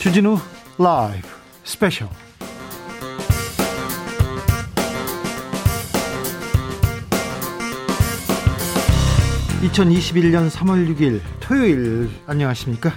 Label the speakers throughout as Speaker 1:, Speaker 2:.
Speaker 1: 주진우 라이브 스페셜 2021년 3월 6일 토요일 안녕하십니까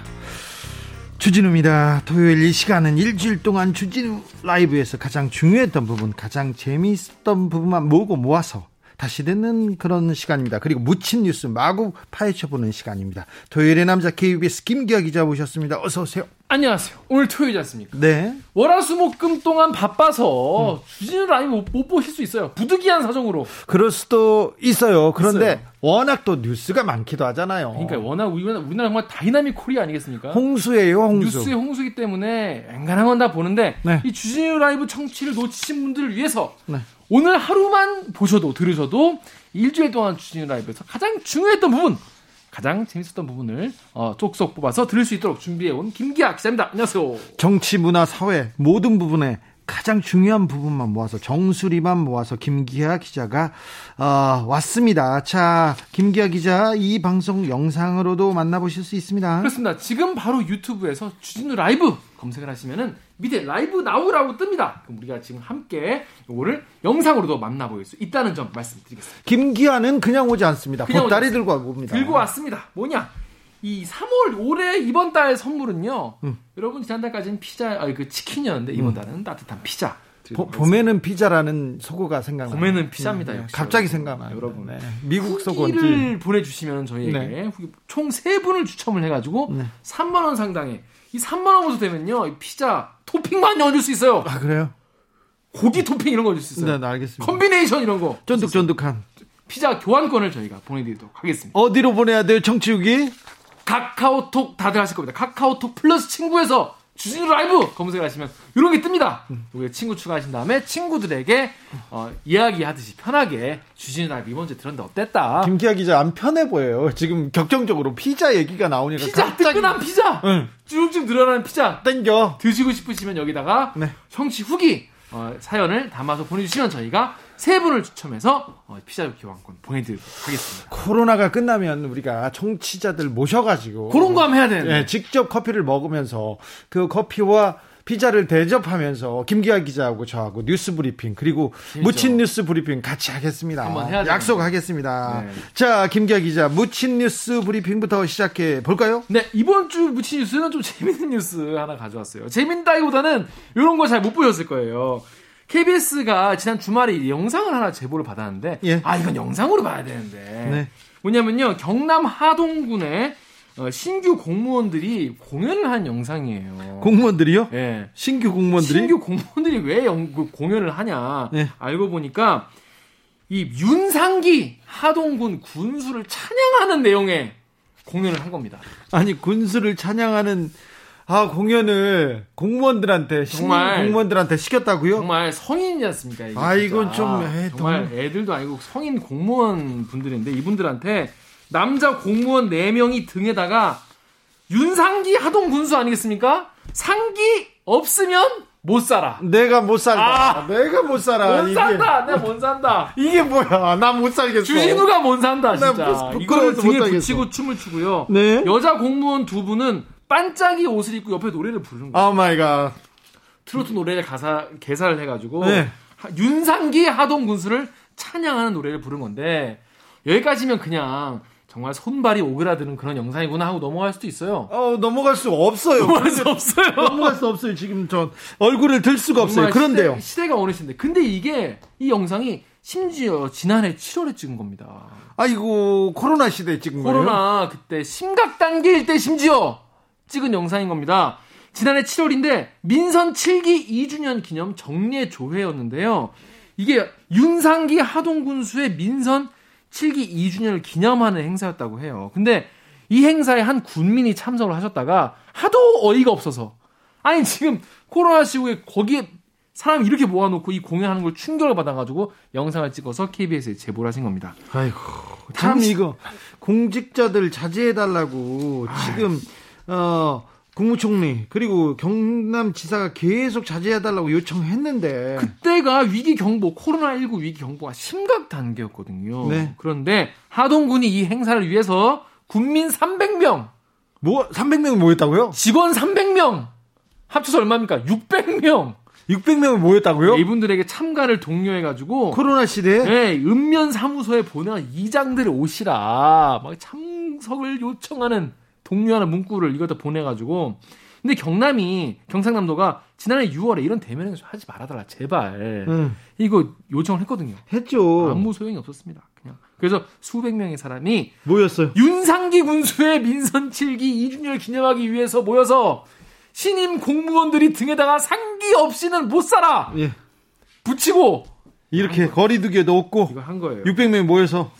Speaker 1: 주진우입니다. 토요일 이 시간은 일주일 동안 주진우 라이브에서 가장 중요했던 부분, 가장 재미있었던 부분만 모으고 모아서 다시 듣는 그런 시간입니다. 그리고 묻힌 뉴스 마구 파헤쳐보는 시간입니다. 토요일의 남자 KBS 김기아 기자 모셨습니다. 어서 오세요.
Speaker 2: 안녕하세요. 오늘 토요일이지 않습니까?
Speaker 1: 네.
Speaker 2: 월화수목금 동안 바빠서
Speaker 1: 음.
Speaker 2: 주진우 라이브 못, 못 보실 수 있어요. 부득이한 사정으로.
Speaker 1: 그럴 수도 있어요. 그런데
Speaker 2: 있어요.
Speaker 1: 워낙 또 뉴스가 많기도 하잖아요.
Speaker 2: 그러니까 워낙 우리나라, 우리나라 정말 다이나믹 코리아 아니겠습니까?
Speaker 1: 홍수예요, 홍수.
Speaker 2: 뉴스의 홍수기 때문에 앵간한 건 다 보는데
Speaker 1: 네.
Speaker 2: 이 주진우 라이브 청취를 놓치신 분들을 위해서
Speaker 1: 네.
Speaker 2: 오늘 하루만 보셔도 들으셔도 일주일 동안 주진우 라이브에서 가장 중요했던 부분 가장 재밌었던 부분을 어, 쏙쏙 뽑아서 들을 수 있도록 준비해온 김기아 기자입니다. 안녕하세요.
Speaker 1: 정치, 문화, 사회 모든 부분에 가장 중요한 부분만 모아서 정수리만 모아서 김기아 기자가 어, 왔습니다. 자, 김기아 기자 이 방송 영상으로도 만나보실 수 있습니다.
Speaker 2: 그렇습니다. 지금 바로 유튜브에서 주진우 라이브 검색을 하시면은 밑에 라이브 나오라고 뜹니다. 그럼 우리가 지금 함께 요거를 영상으로도 만나볼 수 있다는 점 말씀드리겠습니다.
Speaker 1: 김기아는 그냥 오지 않습니다.
Speaker 2: 그냥 오지
Speaker 1: 보따리
Speaker 2: 않습니다.
Speaker 1: 들고 옵니다.
Speaker 2: 들고 왔습니다. 뭐냐? 이 3월 올해 이번 달 선물은요.
Speaker 1: 음.
Speaker 2: 여러분 지난달까지는 피자 아니 그 치킨이었는데 이번 달은 따뜻한 피자.
Speaker 1: 보- 봄에는 피자라는 소고가 생각나요.
Speaker 2: 봄에는 피자입니다, 역시.
Speaker 1: 갑자기 생각나요.
Speaker 2: 여러분.
Speaker 1: 네. 미국 소고인지.
Speaker 2: 후기를 보내주시면
Speaker 1: 네.
Speaker 2: 저희에게 총 세 분을 추첨을 해가지고
Speaker 1: 네.
Speaker 2: 3만 원 상당의 이 3만 원 정도 되면요 이 피자 토핑만 얹을 수 있어요.
Speaker 1: 아 그래요?
Speaker 2: 고기 토핑 이런 거 얹을 수 있어요.
Speaker 1: 네, 네, 알겠습니다.
Speaker 2: 콤비네이션 이런 거
Speaker 1: 쫀득쫀득한.
Speaker 2: 피자 교환권을 저희가 보내드리도록 하겠습니다. 어,
Speaker 1: 어디로 보내야 돼요, 정치욱이?
Speaker 2: 카카오톡 다들 하실 겁니다. 카카오톡 플러스 친구에서 주진우 라이브 검색을 하시면 이런 게 뜹니다. 우리 친구 추가하신 다음에 친구들에게 어, 이야기하듯이 편하게 주진우 라이브 이번 주에 들었는데 어땠다.
Speaker 1: 김기아 기자 안 편해 보여요. 지금 격정적으로 피자 얘기가 나오니까
Speaker 2: 피자 뜨끈한 피자
Speaker 1: 응.
Speaker 2: 네. 쭉쭉 늘어나는 피자
Speaker 1: 땡겨.
Speaker 2: 드시고 싶으시면 여기다가
Speaker 1: 네.
Speaker 2: 성취 후기 어, 사연을 담아서 보내주시면 저희가 세 분을 추첨해서 어, 피자 교환권 보내드리도록 하겠습니다.
Speaker 1: 코로나가 끝나면 우리가 청취자들 모셔가지고
Speaker 2: 그런 거 하면 해야 되는데
Speaker 1: 예, 직접 커피를 먹으면서 그 커피와 피자를 대접하면서 김기아 기자하고 저하고 뉴스 브리핑 그리고 묻힌 뉴스 브리핑 같이 하겠습니다.
Speaker 2: 한번 해야 되는데.
Speaker 1: 약속하겠습니다.
Speaker 2: 네.
Speaker 1: 자, 김기아 기자 묻힌 뉴스 브리핑부터 시작해 볼까요?
Speaker 2: 네, 이번 주 묻힌 뉴스는 좀 재밌는 뉴스 하나 가져왔어요. 재밌다기보다는 이런 거 잘 못 보셨을 거예요. KBS가 지난 주말에 이 영상을 하나 제보를 받았는데,
Speaker 1: 예.
Speaker 2: 아, 이건 영상으로 봐야 되는데.
Speaker 1: 네.
Speaker 2: 뭐냐면요, 경남 하동군에 어, 신규 공무원들이 공연을 한 영상이에요.
Speaker 1: 공무원들이요?
Speaker 2: 예.
Speaker 1: 신규 공무원들이
Speaker 2: 신규 공무원들이 왜 영- 그 공연을 하냐
Speaker 1: 네.
Speaker 2: 알고 보니까 이 윤상기 하동군 군수를 찬양하는 내용의 공연을 한 겁니다.
Speaker 1: 아니 군수를 찬양하는 아 공연을 공무원들한테 신규
Speaker 2: 정말.
Speaker 1: 공무원들한테 시켰다고요?
Speaker 2: 정말 성인이지 않습니까? 이게
Speaker 1: 아,
Speaker 2: 진짜.
Speaker 1: 이건 좀, 에이,
Speaker 2: 정말 애들도 아니고 성인 공무원 분들인데 이분들한테 남자 공무원 4명이 등에다가 윤상기 하동 군수 아니겠습니까? 상기 없으면 못 살아.
Speaker 1: 내가 못 살다.
Speaker 2: 아.
Speaker 1: 내가 못 살아.
Speaker 2: 못 산다. 내가 못 산다.
Speaker 1: 이게 뭐야? 나 못 살겠어.
Speaker 2: 주진우가 못 산다
Speaker 1: 나
Speaker 2: 진짜.
Speaker 1: 부끄-
Speaker 2: 이거를
Speaker 1: 부끄러워서
Speaker 2: 등에
Speaker 1: 못 살겠어.
Speaker 2: 붙이고 춤을 추고요.
Speaker 1: 네.
Speaker 2: 여자 공무원 두 분은 반짝이 옷을 입고 옆에 노래를 부르는 거예요.
Speaker 1: 아 마이 갓.
Speaker 2: 트로트 노래를 가사 개사를 해가지고
Speaker 1: 음. 네.
Speaker 2: 하- 윤상기 하동 군수를 찬양하는 노래를 부른 건데 여기까지면 그냥 정말 손발이 오그라드는 그런 영상이구나 하고 넘어갈 수도 있어요.
Speaker 1: 어 넘어갈 아, 수 없어요.
Speaker 2: 넘어갈 수 없어요.
Speaker 1: 넘어갈 수 없어요. 지금 전 얼굴을 들 수가 없어요.
Speaker 2: 정말
Speaker 1: 그런데요.
Speaker 2: 시대, 가 어느 시대인데 근데 이게 이 영상이 심지어 지난해 7월에 찍은 겁니다.
Speaker 1: 아이고 코로나 시대 지금
Speaker 2: 코로나 그때 심각 단계일 때 심지어 찍은 영상인 겁니다. 지난해 7월인데 민선 7기 2주년 기념 정례 조회였는데요. 이게 윤상기 하동 군수의 민선 7기 2주년을 기념하는 행사였다고 해요. 근데 이 행사에 한 군민이 참석을 하셨다가 하도 어이가 없어서 아니 지금 코로나 시국에 거기에 사람 이렇게 모아놓고 이 공연하는 걸 충격을 받아가지고 영상을 찍어서 KBS에 제보를 하신 겁니다.
Speaker 1: 아이고 참
Speaker 2: 당시-
Speaker 1: 이거 공직자들 자제해 달라고 지금 어 국무총리 그리고 경남지사가 계속 자제해 달라고 요청했는데
Speaker 2: 그때가 위기 경보, 코로나19 위기 경보가 심각 단계였거든요.
Speaker 1: 네.
Speaker 2: 그런데 하동군이 이 행사를 위해서 군민 300명,
Speaker 1: 뭐 300명 모였다고요?
Speaker 2: 직원 300명, 합쳐서 얼마입니까? 600명. 네,
Speaker 1: 600명이 모였다고요?
Speaker 2: 이분들에게 참가를 독려해가지고
Speaker 1: 코로나 시대에
Speaker 2: 네, 읍면 사무소에 보내는 이장들이 오시라 막 참석을 요청하는 독려하는 문구를 이것다 보내가지고 근데 경남이 경상남도가 지난해 6월에 이런 대면을 하지 말아달라 제발
Speaker 1: 음,
Speaker 2: 이거 요청을 했거든요.
Speaker 1: 했죠.
Speaker 2: 아무 소용이 없었습니다. 그냥 그래서 수백 명의 사람이
Speaker 1: 모였어요.
Speaker 2: 윤상기 군수의 민선 7기 2주년을 기념하기 위해서 모여서 신임 공무원들이 등에다가 상기 없이는 못 살아
Speaker 1: 예.
Speaker 2: 붙이고
Speaker 1: 이렇게 거리두기에도 없고
Speaker 2: 이거 한 거예요.
Speaker 1: 600명이 모여서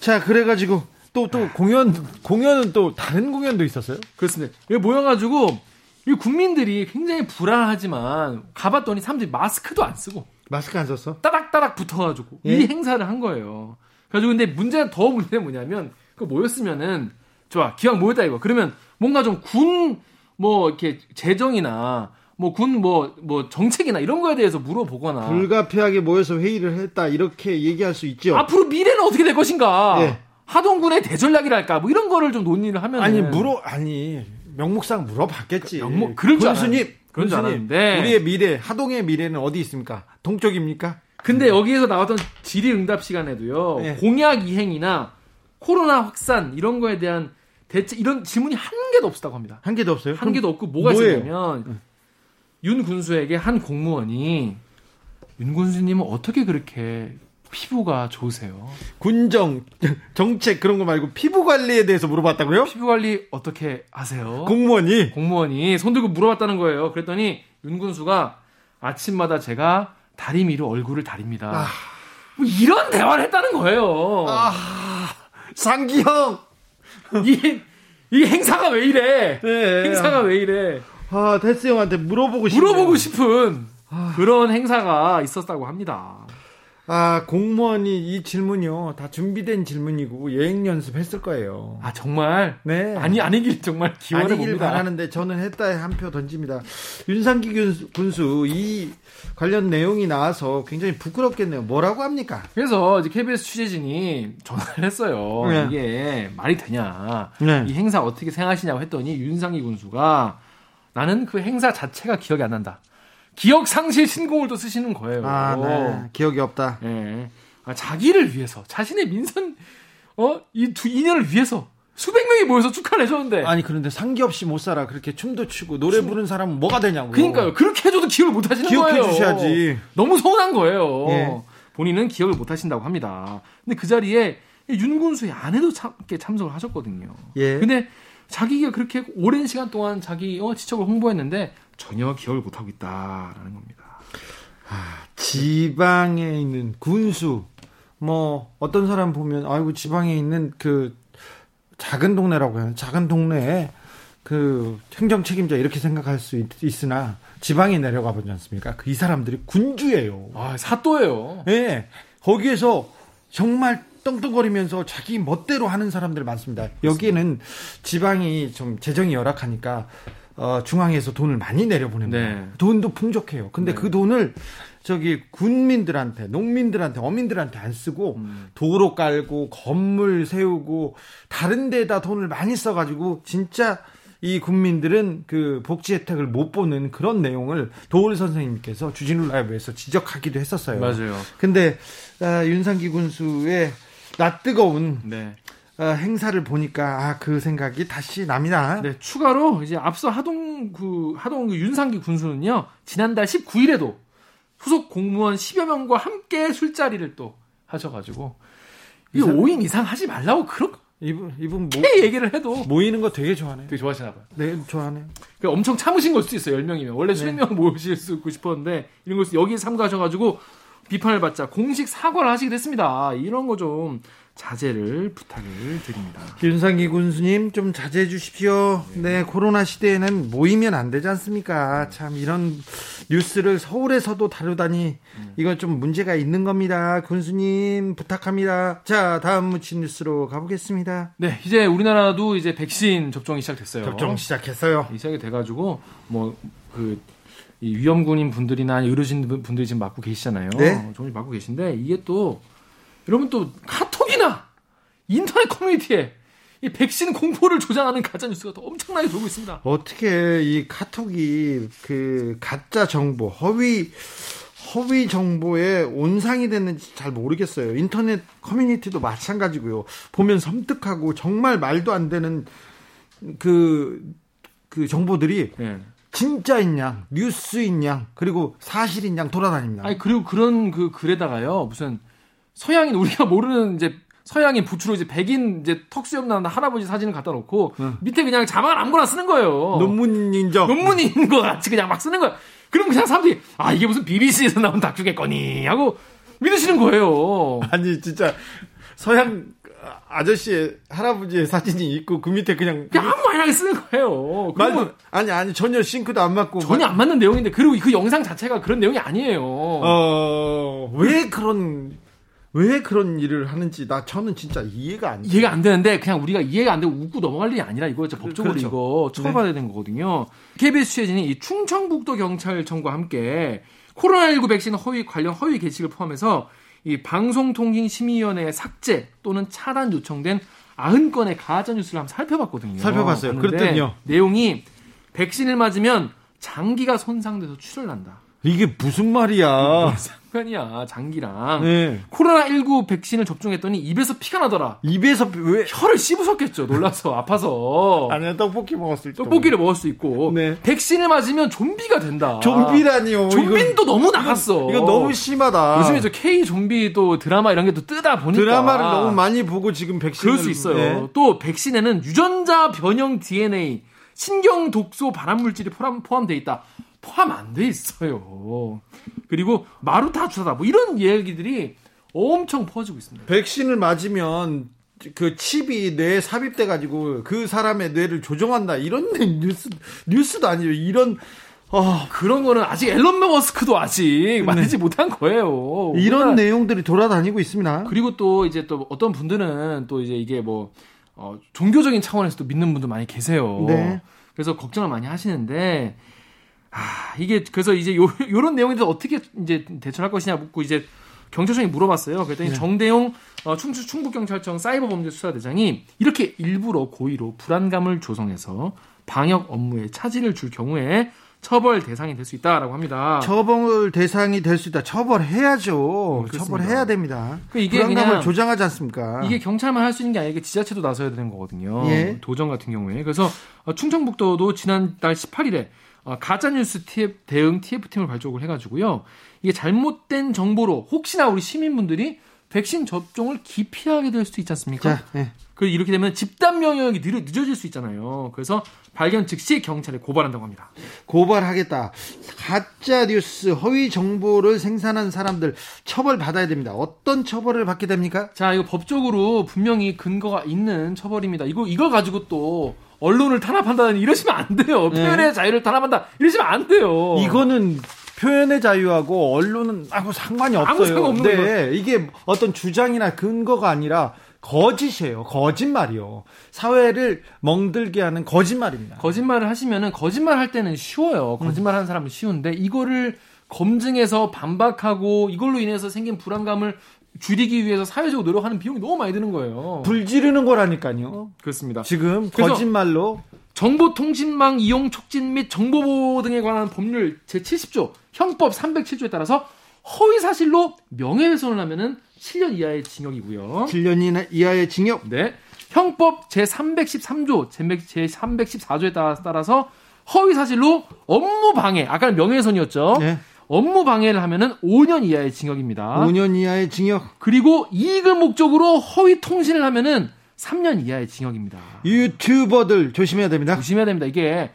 Speaker 1: 자 그래가지고 또 또 공연 공연은 또 다른 공연도 있었어요.
Speaker 2: 그렇습니다. 여기 모여가지고 이 국민들이 굉장히 불안하지만 가봤더니 사람들이 마스크도 안 쓰고
Speaker 1: 마스크 안 썼어?
Speaker 2: 따닥따닥 붙어가지고
Speaker 1: 예.
Speaker 2: 이 행사를 한 거예요. 그래가지고 근데 문제는 더 문제는 뭐냐면 그 모였으면은 좋아 기왕 모였다 이거 그러면 뭔가 좀 군 뭐 이렇게 재정이나 뭐 군 뭐 뭐 정책이나 이런 거에 대해서 물어보거나
Speaker 1: 불가피하게 모여서 회의를 했다 이렇게 얘기할 수 있죠.
Speaker 2: 앞으로 미래는 어떻게 될 것인가
Speaker 1: 예.
Speaker 2: 하동군의 대전략이랄까 뭐 이런 거를 좀 논의를 하면
Speaker 1: 아니 물어 아니 명목상 물어봤겠지.
Speaker 2: 명목- 그럴 줄
Speaker 1: 군수님
Speaker 2: 알아요. 그런 줄
Speaker 1: 군수님,
Speaker 2: 알았는데.
Speaker 1: 우리의 미래 하동의 미래는 어디 있습니까? 동쪽입니까?
Speaker 2: 근데 여기에서 나왔던 질의응답 시간에도요
Speaker 1: 예.
Speaker 2: 공약 이행이나 코로나 확산 이런 거에 대한 대체 이런 질문이 한 개도 없었다고 합니다.
Speaker 1: 한 개도 없어요.
Speaker 2: 한
Speaker 1: 그럼
Speaker 2: 개도 없고 뭐가
Speaker 1: 뭐예요?
Speaker 2: 있었냐면 윤 군수에게 한 공무원이 윤 군수님은 어떻게 그렇게 피부가 좋으세요?
Speaker 1: 군정 정책 그런 거 말고 피부 관리에 대해서 물어봤다고요?
Speaker 2: 피부 관리 어떻게 하세요?
Speaker 1: 공무원이
Speaker 2: 공무원이 손 들고 물어봤다는 거예요. 그랬더니 윤 군수가 아침마다 제가 다리미로 얼굴을
Speaker 1: 아.
Speaker 2: 다립니다. 뭐 이런 대화를 했다는 거예요.
Speaker 1: 상기형.
Speaker 2: 이, 이 행사가 왜 이래?
Speaker 1: 네.
Speaker 2: 행사가 왜 이래?
Speaker 1: 아 데스 형한테 물어보고 싶네요.
Speaker 2: 물어보고 싶은 그런 행사가 있었다고 합니다.
Speaker 1: 아 공무원이 이 질문이요 다 준비된 질문이고 여행 연습했을 거예요.
Speaker 2: 아 정말
Speaker 1: 네.
Speaker 2: 아니 아니길 정말 기원해
Speaker 1: 아니길
Speaker 2: 봅니다.
Speaker 1: 바라는데 저는 했다에 한 표 던집니다. 윤상기 군수, 군수 이 관련 내용이 나와서 굉장히 부끄럽겠네요. 뭐라고 합니까?
Speaker 2: 그래서 이제 KBS 취재진이 전화를 했어요.
Speaker 1: 네.
Speaker 2: 이게 말이 되냐?
Speaker 1: 네.
Speaker 2: 이 행사 어떻게 생각하시냐고 했더니 윤상희 군수가 나는 그 행사 자체가 기억이 안 난다. 기억 상실 신공을 또 쓰시는 거예요.
Speaker 1: 아, 네. 기억이 없다.
Speaker 2: 예. 아, 자기를 위해서 자신의 민선 어이두 인연을 위해서 수백 명이 모여서 축하를 해줬는데
Speaker 1: 아니 그런데 상기 없이 못 살아 그렇게 춤도 추고 노래 부르는 사람은 뭐가 되냐고.
Speaker 2: 그러니까요 그렇게 해줘도 기억을 못 하시는
Speaker 1: 기억해
Speaker 2: 거예요.
Speaker 1: 주셔야지.
Speaker 2: 너무 서운한 거예요.
Speaker 1: 예.
Speaker 2: 본인은 기억을 못 하신다고 합니다. 근데 그 자리에 윤군수의 아내도 참, 이렇게 참석을 하셨거든요.
Speaker 1: 예.
Speaker 2: 근데 자기가 그렇게 오랜 시간 동안 자기 어, 지적을 홍보했는데 전혀 기억을 못 하고 있다라는 겁니다.
Speaker 1: 지방에 있는 군수 뭐 어떤 사람 보면 아이고 지방에 있는 그 작은 동네라고 해요. 작은 동네에 그 행정 책임자 이렇게 생각할 수 있, 으나 지방에 내려가 보지 않습니까? 그 이 사람들이 군주예요.
Speaker 2: 아 사또예요.
Speaker 1: 예. 거기에서 정말 떵떵거리면서 자기 멋대로 하는 사람들 많습니다. 여기는 지방이 좀 재정이 열악하니까 어, 중앙에서 돈을 많이 내려보냅니다.
Speaker 2: 네.
Speaker 1: 돈도 풍족해요. 근데
Speaker 2: 네.
Speaker 1: 그 돈을 저기 군민들한테, 농민들한테, 어민들한테 안 쓰고
Speaker 2: 음.
Speaker 1: 도로 깔고 건물 세우고 다른 데다 돈을 많이 써가지고 진짜 이 국민들은 그 복지 혜택을 못 보는 그런 내용을 도울 선생님께서 주진우 라이브에서 지적하기도 했었어요.
Speaker 2: 맞아요.
Speaker 1: 근데 아, 윤상기 군수의 낯 뜨거운
Speaker 2: 네.
Speaker 1: 아, 행사를 보니까 아, 그 생각이 다시 납니다.
Speaker 2: 네, 추가로 이제 앞서 하동 그 하동 그 윤상기 군수는요 지난달 19일에도 소속 공무원 10여 명과 함께 술자리를 또 하셔가지고 이
Speaker 1: 이상-
Speaker 2: 5인 이상 하지 말라고 그렇게
Speaker 1: 이분 이분 모,
Speaker 2: 얘기를 해도
Speaker 1: 모이는 거 되게 좋아하네요.
Speaker 2: 되게 좋아하시나 봐요.
Speaker 1: 네, 좋아하네요.
Speaker 2: 그 엄청 참으신 걸 수도 있어요. 10명이면 원래 수백 명 모으실 수 있고 싶었는데 이런 걸 수- 여기에 참가하셔가지고 비판을 받자 공식 사과를 하시게 됐습니다. 이런 거 좀 자제를 부탁을 드립니다.
Speaker 1: 윤상기 군수님 좀 자제해 주십시오. 네, 코로나 시대에는 모이면 안 되지 않습니까? 참 이런 뉴스를 서울에서도 다루다니 이건 좀 문제가 있는 겁니다. 군수님 부탁합니다. 자, 다음 무친 뉴스로 가보겠습니다.
Speaker 2: 네, 이제 우리나라도 이제 백신 접종이 시작됐어요.
Speaker 1: 접종 시작했어요.
Speaker 2: 이 시작이 돼가지고 뭐 그 위험군인 분들이나 의료진 분- 분들이 지금 맞고 계시잖아요.
Speaker 1: 네.
Speaker 2: 종일 맞고 계신데 이게 또 여러분 또 카톡이나 인터넷 커뮤니티에 이 백신 공포를 조장하는 가짜 뉴스가 더 엄청나게 돌고 있습니다.
Speaker 1: 어떻게 이 카톡이 그 가짜 정보, 허위 허위 정보에 온상이 됐는지 잘 모르겠어요. 인터넷 커뮤니티도 마찬가지고요. 보면 섬뜩하고 정말 말도 안 되는 그, 그 정보들이
Speaker 2: 예.
Speaker 1: 진짜인 양, 뉴스인 양, 그리고 사실인 양 돌아다닙니다.
Speaker 2: 아니 그리고 그런 그 글에다가요 무슨 서양인 우리가 모르는 이제 서양인 부추로 이제 백인 이제 턱수염 난 할아버지 사진을 갖다 놓고
Speaker 1: 응.
Speaker 2: 밑에 그냥 자막 아무거나 쓰는 거예요.
Speaker 1: 논문 인정.
Speaker 2: 논문인 거 같이 그냥 막 쓰는 거야. 그럼 그냥 사람들이 아 이게 무슨 BBC에서 나온 다큐겠거니 하고 믿으시는 거예요.
Speaker 1: 아니, 진짜 서양 아저씨의 할아버지의 사진이 있고 그 밑에 그냥.
Speaker 2: 그냥 아무 말이나 쓰는 거예요. 그런 건
Speaker 1: 말도, 아니, 아니, 전혀 싱크도 안 맞고.
Speaker 2: 전혀 안 맞는 내용인데 그리고 그 영상 자체가 그런 내용이 아니에요.
Speaker 1: 어, 왜 그런, 왜 그런 일을 하는지, 나, 저는 진짜 이해가 안 돼.
Speaker 2: 이해가 안 되는데 그냥 우리가 이해가 안 되고 웃고 넘어갈 일이 아니라 이거 진짜 법적으로
Speaker 1: 그렇죠.
Speaker 2: 이거 처벌받아야 되는 거거든요. KBS 취재진이 이 충청북도 경찰청과 함께 코로나19 백신 허위 관련 허위 게시를 포함해서 이 방송통신심의위원회에 삭제 또는 차단 요청된 90건의 가짜뉴스를 한번 살펴봤거든요.
Speaker 1: 살펴봤어요.
Speaker 2: 봤는데
Speaker 1: 그랬더니요.
Speaker 2: 내용이 백신을 맞으면 장기가 손상돼서 출혈 난다.
Speaker 1: 이게 무슨 말이야.
Speaker 2: 상관이야 장기랑.
Speaker 1: 네.
Speaker 2: 코로나19 백신을 접종했더니 입에서 피가 나더라.
Speaker 1: 입에서 왜,
Speaker 2: 혀를 씹으셨겠죠. 놀라서 아파서
Speaker 1: 아니 떡볶이 먹었을 때
Speaker 2: 떡볶이를 먹을 수 있고
Speaker 1: 네.
Speaker 2: 백신을 맞으면 좀비가 된다.
Speaker 1: 좀비라니요
Speaker 2: 아. 좀비는 또 너무 나갔어. 어.
Speaker 1: 이거, 이거 너무 심하다
Speaker 2: 요즘에 저 K 좀비 또 드라마 이런 게 또 뜨다 보니까
Speaker 1: 드라마를 너무 많이 네. 보고 지금 백신
Speaker 2: 그럴 수 있어요. 또 백신에는 유전자 변형 DNA, 신경 독소 발암 물질이 포함 포함돼 있다. 포함 안 돼 있어요. 그리고 마루타 주사다 뭐 이런 얘기들이 엄청 퍼지고 있습니다.
Speaker 1: 백신을 맞으면 그 칩이 뇌에 삽입돼 가지고 그 사람의 뇌를 조종한다 이런 뉴스 뉴스도 아니에요 이런 아
Speaker 2: 그런 거는 아직 앨런 머스크도 아직 만들지 못한 거예요.
Speaker 1: 네. 이런
Speaker 2: 우리나라-
Speaker 1: 내용들이 돌아다니고 있습니다
Speaker 2: 그리고 또 이제 또 어떤 분들은 또 이제 이게 뭐 어, 종교적인 차원에서 또 믿는 분도 많이 계세요.
Speaker 1: 네.
Speaker 2: 그래서 걱정을 많이 하시는데 아 이게 그래서 이제 요 요런 내용에 대해서 어떻게 이제 대처할 것이냐 묻고 이제 경찰청이 물어봤어요. 그랬더니
Speaker 1: 네.
Speaker 2: 정대용 어, 충주 충북경찰청 사이버범죄수사대장이 이렇게 일부러 고의로 불안감을 조성해서 방역 업무에 차질을 줄 경우에 처벌 대상이 될 수 있다라고 합니다.
Speaker 1: 처벌 대상이 될 수 있다 처벌해야죠
Speaker 2: 그렇습니다.
Speaker 1: 처벌해야 됩니다
Speaker 2: 그 이게
Speaker 1: 불안감을
Speaker 2: 그냥-
Speaker 1: 조장하지 않습니까
Speaker 2: 이게 경찰만 할 수 있는 게 아니라 이게 지자체도 나서야 되는 거거든요.
Speaker 1: 아. 예.
Speaker 2: 도정 같은 경우에. 그래서 어, 충청북도도 지난달 18일에 어, 가짜뉴스 TF, 대응 TF팀을 발족을 해가지고요. 이게 잘못된 정보로 혹시나 우리 시민분들이 백신 접종을 기피하게 될 수도 있지 않습니까?
Speaker 1: 자 예.
Speaker 2: 그 이렇게 되면 집단 면역이 늦, 늦어질 수 있잖아요. 그래서 발견 즉시 경찰에 고발한다고 합니다.
Speaker 1: 고발하겠다. 가짜 뉴스, 허위 정보를 생산한 사람들 처벌 받아야 됩니다. 어떤 처벌을 받게 됩니까?
Speaker 2: 자, 이거 법적으로 분명히 근거가 있는 처벌입니다. 이거 이걸 가지고 또 언론을 탄압한다는 이러시면 안 돼요. 표현의 자유를 탄압한다 네. 이러시면 안 돼요.
Speaker 1: 이거는 표현의 자유하고 언론은 아무 상관이 없어요.
Speaker 2: 상관없는
Speaker 1: 네,
Speaker 2: 거예요.
Speaker 1: 이게 어떤 주장이나 근거가 아니라 거짓이에요. 거짓말이요. 사회를 멍들게 하는 거짓말입니다.
Speaker 2: 거짓말을 하시면은 거짓말 할 때는 쉬워요. 거짓말 하는 사람은 쉬운데 이거를 검증해서 반박하고 이걸로 인해서 생긴 불안감을 줄이기 위해서 사회적으로 노력하는 비용이 너무 많이 드는 거예요.
Speaker 1: 불 지르는 거라니까요.
Speaker 2: 그렇습니다.
Speaker 1: 지금
Speaker 2: 그러니까. 그래서-
Speaker 1: 거짓말로
Speaker 2: 정보통신망 이용 촉진 및 정보보호 등에 관한 법률 제70조 형법 307조에 따라서 허위 사실로 명예훼손을 하면은 7년 이하의 징역이고요.
Speaker 1: 7년 이하의 징역.
Speaker 2: 네. 형법 제313조, 제314조에 따라서 허위 사실로 업무 방해, 아까는 명예훼손이었죠.
Speaker 1: 네.
Speaker 2: 업무 방해를 하면은 5년 이하의 징역입니다.
Speaker 1: 5년 이하의 징역.
Speaker 2: 그리고 이익을 목적으로 허위 통신을 하면은 3년 이하의 징역입니다.
Speaker 1: 유튜버들 조심해야 됩니다.
Speaker 2: 조심해야 됩니다. 이게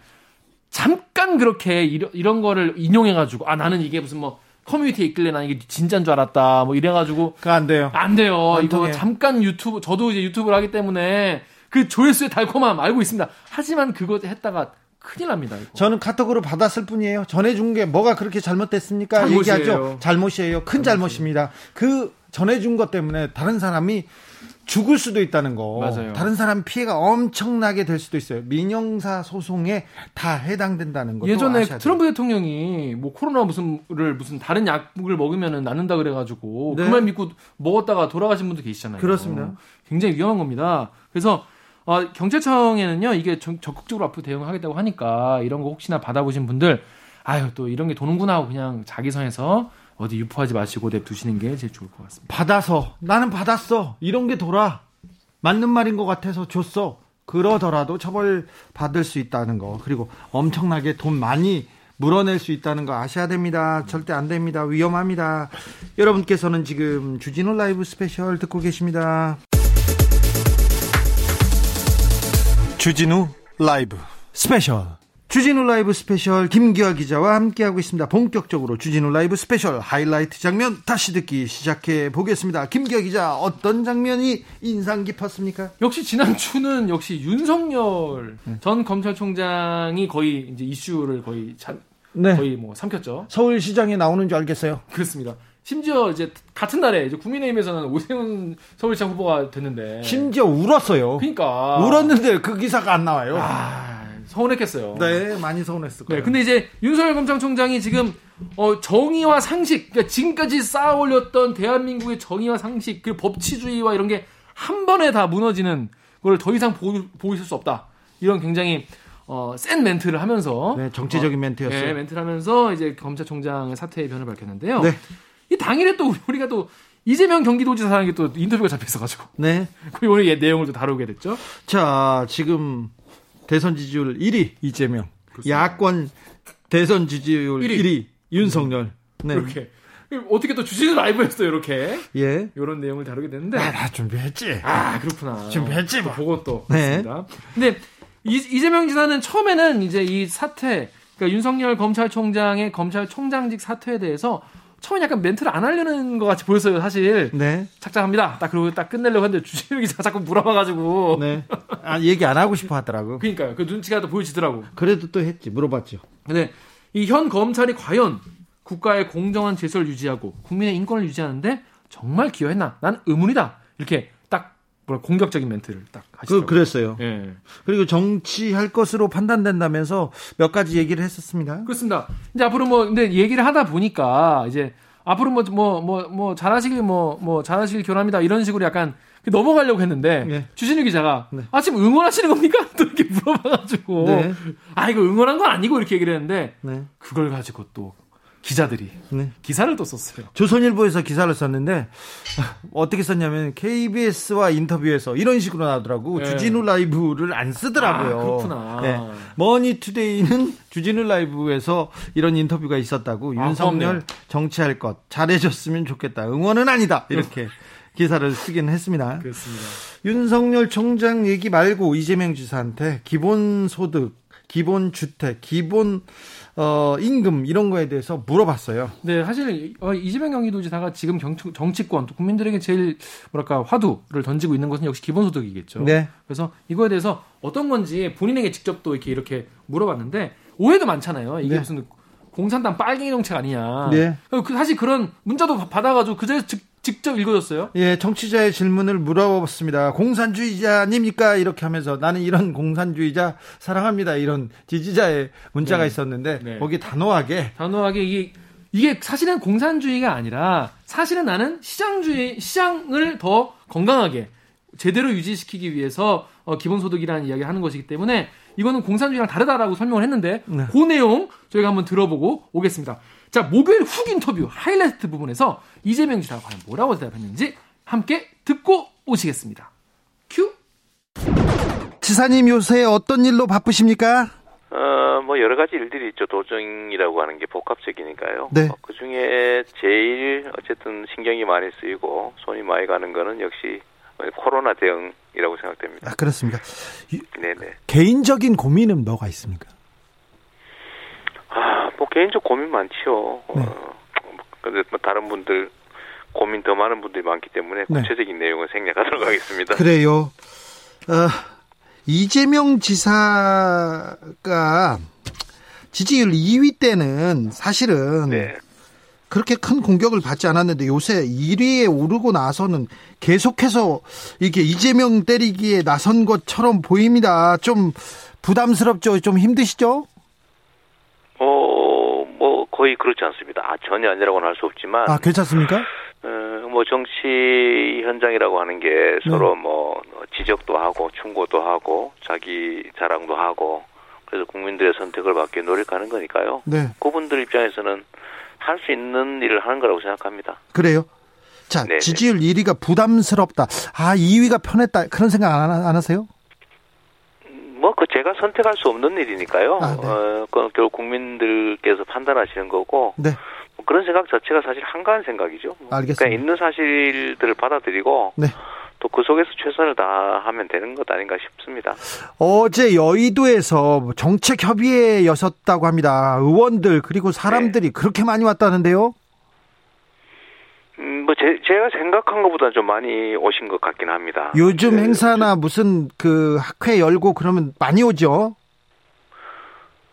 Speaker 2: 잠깐 그렇게 이러- 이런 거를 인용해가지고 아 나는 이게 무슨 뭐 커뮤니티에 있길래 난 이게 진짠 줄 알았다 뭐 이래가지고
Speaker 1: 그거 안 돼요.
Speaker 2: 안 돼요.
Speaker 1: 안
Speaker 2: 이거
Speaker 1: 통해.
Speaker 2: 잠깐 유튜브 저도 이제 유튜브를 하기 때문에 그 조회수의 달콤함 알고 있습니다. 하지만 그거 했다가 큰일 납니다. 이거.
Speaker 1: 저는 카톡으로 받았을 뿐이에요. 전해준 게 뭐가 그렇게 잘못됐습니까?
Speaker 2: 잘못이에요.
Speaker 1: 얘기하죠. 잘못이에요. 큰 잘못입니다. 그 전해준 것 때문에 다른 사람이 죽을 수도 있다는 거.
Speaker 2: 맞아요.
Speaker 1: 다른 사람 피해가 엄청나게 될 수도 있어요. 민영사 소송에 다 해당된다는 거.
Speaker 2: 예전에 트럼프 대통령이 뭐 코로나 무슨를 무슨 다른 약을 먹으면 낫는다 그래가지고
Speaker 1: 네.
Speaker 2: 그말 믿고 먹었다가 돌아가신 분도 계시잖아요.
Speaker 1: 그렇습니다.
Speaker 2: 굉장히 위험한 겁니다. 그래서 어, 경찰청에는요, 이게 정- 적극적으로 앞으로 대응하겠다고 하니까 이런 거 혹시나 받아보신 분들, 아유, 또 이런 게 도는구나 하고 그냥 자기 선에서 어디 유포하지 마시고 냅두시는 게 제일 좋을 것 같습니다.
Speaker 1: 받아서 나는 받았어 이런 게 돌아 맞는 말인 것 같아서 줬어 그러더라도 처벌 받을 수 있다는 거 그리고 엄청나게 돈 많이 물어낼 수 있다는 거 아셔야 됩니다 절대 안 됩니다 위험합니다 여러분께서는 지금 주진우 라이브 스페셜 듣고 계십니다 주진우 라이브 스페셜 주진우 라이브 스페셜 김기화 기자와 함께하고 있습니다. 본격적으로 주진우 라이브 스페셜 하이라이트 장면 다시 듣기 시작해 보겠습니다. 김기화 기자 어떤 장면이 인상 깊었습니까?
Speaker 2: 역시 지난주는 역시 윤석열
Speaker 1: 네.
Speaker 2: 전 검찰총장이 거의 이제 이슈를 거의 잔-
Speaker 1: 네.
Speaker 2: 거의 뭐 삼켰죠.
Speaker 1: 서울시장에 나오는 줄 알겠어요.
Speaker 2: 그렇습니다. 심지어 이제 같은 날에 이제 국민의힘에서는 오세훈 서울시장 후보가 됐는데
Speaker 1: 심지어 울었어요.
Speaker 2: 그러니까
Speaker 1: 울었는데 그 기사가 안 나와요.
Speaker 2: 아, 서운했겠어요.
Speaker 1: 네, 많이 서운했을
Speaker 2: 네,
Speaker 1: 거예요.
Speaker 2: 근데 이제 윤석열 검찰총장이 지금 어, 정의와 상식, 그러니까 지금까지 쌓아올렸던 대한민국의 정의와 상식, 그 법치주의와 이런 게 한 번에 다 무너지는 걸 더 이상 보고 있을 수 없다. 이런 굉장히 어, 센 멘트를 하면서
Speaker 1: 네, 정치적인
Speaker 2: 어,
Speaker 1: 멘트였어요.
Speaker 2: 네, 멘트를 하면서 이제 검찰총장의 사퇴의 변을 밝혔는데요.
Speaker 1: 네.
Speaker 2: 이 당일에 또 우리가 또 이재명 경기도지사라는 게 또 인터뷰가 잡혀 있어가지고
Speaker 1: 네.
Speaker 2: 그 오늘 얘 내용을 또 다루게 됐죠.
Speaker 1: 자, 지금 대선 지지율 1위 이재명. 야권 대선 지지율 1위,
Speaker 2: 1위.
Speaker 1: 윤석열. 네.
Speaker 2: 이렇게 어떻게 또 주진우 라이브에서 이렇게
Speaker 1: 예.
Speaker 2: 이런 내용을 다루게 됐는데
Speaker 1: 아, 나, 나 준비했지.
Speaker 2: 아 그렇구나.
Speaker 1: 네. 지금 벤치 봐.
Speaker 2: 보고 또
Speaker 1: 네.
Speaker 2: 그렇습니다. 근데 이, 이재명 지사는 처음에는 이제 이 사태, 그러니까 윤석열 검찰총장의 검찰총장직 사퇴에 대해서 처음에 약간 멘트를 안 하려는 것 같이 보였어요, 사실.
Speaker 1: 네.
Speaker 2: 착잡합니다. 딱 그러고 딱 끝내려고 했는데 주재명 기사가 자꾸 물어봐가지고.
Speaker 1: 네. 아, 얘기 안 하고 싶어 하더라고.
Speaker 2: 그러니까요. 그 눈치가 또 보여지더라고.
Speaker 1: 그래도 또 했지. 물어봤죠.
Speaker 2: 근데 이 현 검찰이 과연 국가의 공정한 질서를 유지하고 국민의 인권을 유지하는데 정말 기여했나? 난 의문이다. 이렇게 딱 뭐라 공격적인 멘트를 딱
Speaker 1: 그,
Speaker 2: 하시더라고요.
Speaker 1: 그랬어요.
Speaker 2: 예.
Speaker 1: 그리고 정치할 것으로 판단된다면서 몇 가지 얘기를 했었습니다.
Speaker 2: 그렇습니다. 이제 앞으로 뭐 근데 얘기를 하다 보니까 이제 앞으로 뭐 뭐 뭐 뭐 잘하시길 뭐 뭐 잘하시길 결합니다 이런 식으로 약간 그 넘어가려고 했는데
Speaker 1: 예.
Speaker 2: 주진우 기자가
Speaker 1: 네.
Speaker 2: 아 지금 응원하시는 겁니까? 또 이렇게 물어봐가지고
Speaker 1: 네.
Speaker 2: 아 이거 응원한 건 아니고 이렇게 얘기를 했는데
Speaker 1: 네.
Speaker 2: 그걸 가지고 또 기자들이
Speaker 1: 네.
Speaker 2: 기사를 또 썼어요.
Speaker 1: 조선일보에서 기사를 썼는데 어떻게 썼냐면 KBS와 인터뷰에서 이런 식으로 나오더라고
Speaker 2: 예.
Speaker 1: 주진우 라이브를 안 쓰더라고요. 네.
Speaker 2: 아, 그렇구나.
Speaker 1: 머니투데이는 주진우 라이브에서 이런 인터뷰가 있었다고
Speaker 2: 아,
Speaker 1: 윤석열
Speaker 2: 그렇네요.
Speaker 1: 정치할 것 잘해줬으면 좋겠다. 응원은 아니다 이렇게 기사를 쓰긴 했습니다.
Speaker 2: 그렇습니다.
Speaker 1: 윤석열 총장 얘기 말고 이재명 지사한테 기본 소득, 기본 주택, 기본 어, 임금 이런 거에 대해서 물어봤어요.
Speaker 2: 네, 사실 어, 이재명 경기도지사가 지금 경, 정치권 또 국민들에게 제일 뭐랄까 화두를 던지고 있는 것은 역시 기본소득이겠죠.
Speaker 1: 네.
Speaker 2: 그래서 이거에 대해서 어떤 건지 본인에게 직접 또 이렇게 이렇게 물어봤는데 오해도 많잖아요. 이게
Speaker 1: 네.
Speaker 2: 무슨 공산당 빨갱이 정책 아니냐.
Speaker 1: 네.
Speaker 2: 그 사실 그런 문자도 바- 받아가지고 그자리에서 직, 직접 읽어줬어요.
Speaker 1: 예, 정치자의 질문을 물어봤습니다. 공산주의자입니까? 이렇게 하면서 나는 이런 공산주의자 사랑합니다. 이런 지지자의 문자가
Speaker 2: 네.
Speaker 1: 있었는데
Speaker 2: 네.
Speaker 1: 거기 단호하게
Speaker 2: 단호하게 이게 이게 사실은 공산주의가 아니라 사실은 나는 시장주의 시장을 더 건강하게 제대로 유지시키기 위해서 어, 기본소득이라는 이야기를 하는 것이기 때문에 이거는 공산주의랑 다르다라고 설명을 했는데
Speaker 1: 네.
Speaker 2: 그 내용 저희가 한번 들어보고 오겠습니다. 자 목요일 훅 인터뷰 하이라이트 부분에서 이재명 지사가 과연 뭐라고 대답했는지 함께 듣고 오시겠습니다. 큐.
Speaker 1: 지사님 요새 어떤 일로 바쁘십니까?
Speaker 3: 어, 뭐 여러 가지 일들이 있죠. 도정이라고 하는 게 복합적이니까요.
Speaker 1: 네.
Speaker 3: 그 중에 제일 어쨌든 신경이 많이 쓰이고 손이 많이 가는 거는 역시 코로나 대응이라고 생각됩니다.
Speaker 1: 아, 그렇습니다. 이-
Speaker 3: 네네.
Speaker 1: 개인적인 고민은 뭐가 있습니까?
Speaker 3: 아, 뭐 개인적 고민 많지요.
Speaker 1: 네.
Speaker 3: 어, 근데 뭐 다른 분들 고민 더 많은 분들이 많기 때문에
Speaker 1: 네. 아,
Speaker 3: 구체적인 내용은 생략하도록 하겠습니다.
Speaker 1: 그래요. 어, 이재명 지사가 지지율 2위 때는 사실은
Speaker 3: 네.
Speaker 1: 그렇게 큰 공격을 받지 않았는데 요새 1위에 오르고 나서는 계속해서 이게 이재명 때리기에 나선 것처럼 보입니다. 좀 부담스럽죠? 좀 힘드시죠?
Speaker 3: 어, 뭐 거의 그렇지 않습니다. 아, 전혀 아니라고는 할 수 없지만
Speaker 1: 아, 괜찮습니까?
Speaker 3: 어, 뭐 정치 현장이라고 하는 게 서로
Speaker 1: 네.
Speaker 3: 뭐 지적도 하고 충고도 하고 자기 자랑도 하고 그래서 국민들의 선택을 받기 위해 노력하는 거니까요.
Speaker 1: 네.
Speaker 3: 그분들 입장에서는 할 수 있는 일을 하는 거라고 생각합니다.
Speaker 1: 그래요. 자,
Speaker 3: 네네.
Speaker 1: 지지율 1위가 부담스럽다. 아, 2위가 편했다. 그런 생각 안, 하- 안 하세요?
Speaker 3: 뭐 그 제가 선택할 수 없는 일이니까요.
Speaker 1: 아, 네.
Speaker 3: 어, 그건 결국 국민들께서 판단하시는 거고
Speaker 1: 네.
Speaker 3: 뭐 그런 생각 자체가 사실 한가한 생각이죠. 뭐
Speaker 1: 알겠습니다.
Speaker 3: 그냥 있는 사실들을 받아들이고
Speaker 1: 네.
Speaker 3: 또 그 속에서 최선을 다하면 되는 것 아닌가 싶습니다.
Speaker 1: 어제 여의도에서 정책 협의회에 여섰다고 합니다. 의원들 그리고
Speaker 3: 네.
Speaker 1: 사람들이 그렇게 많이 왔다는데요.
Speaker 3: 음, 뭐 제, 제가 생각한 것보다 좀 많이 오신 것 같긴 합니다.
Speaker 1: 요즘
Speaker 3: 네.
Speaker 1: 행사나 무슨 그 학회 열고 그러면 많이 오죠.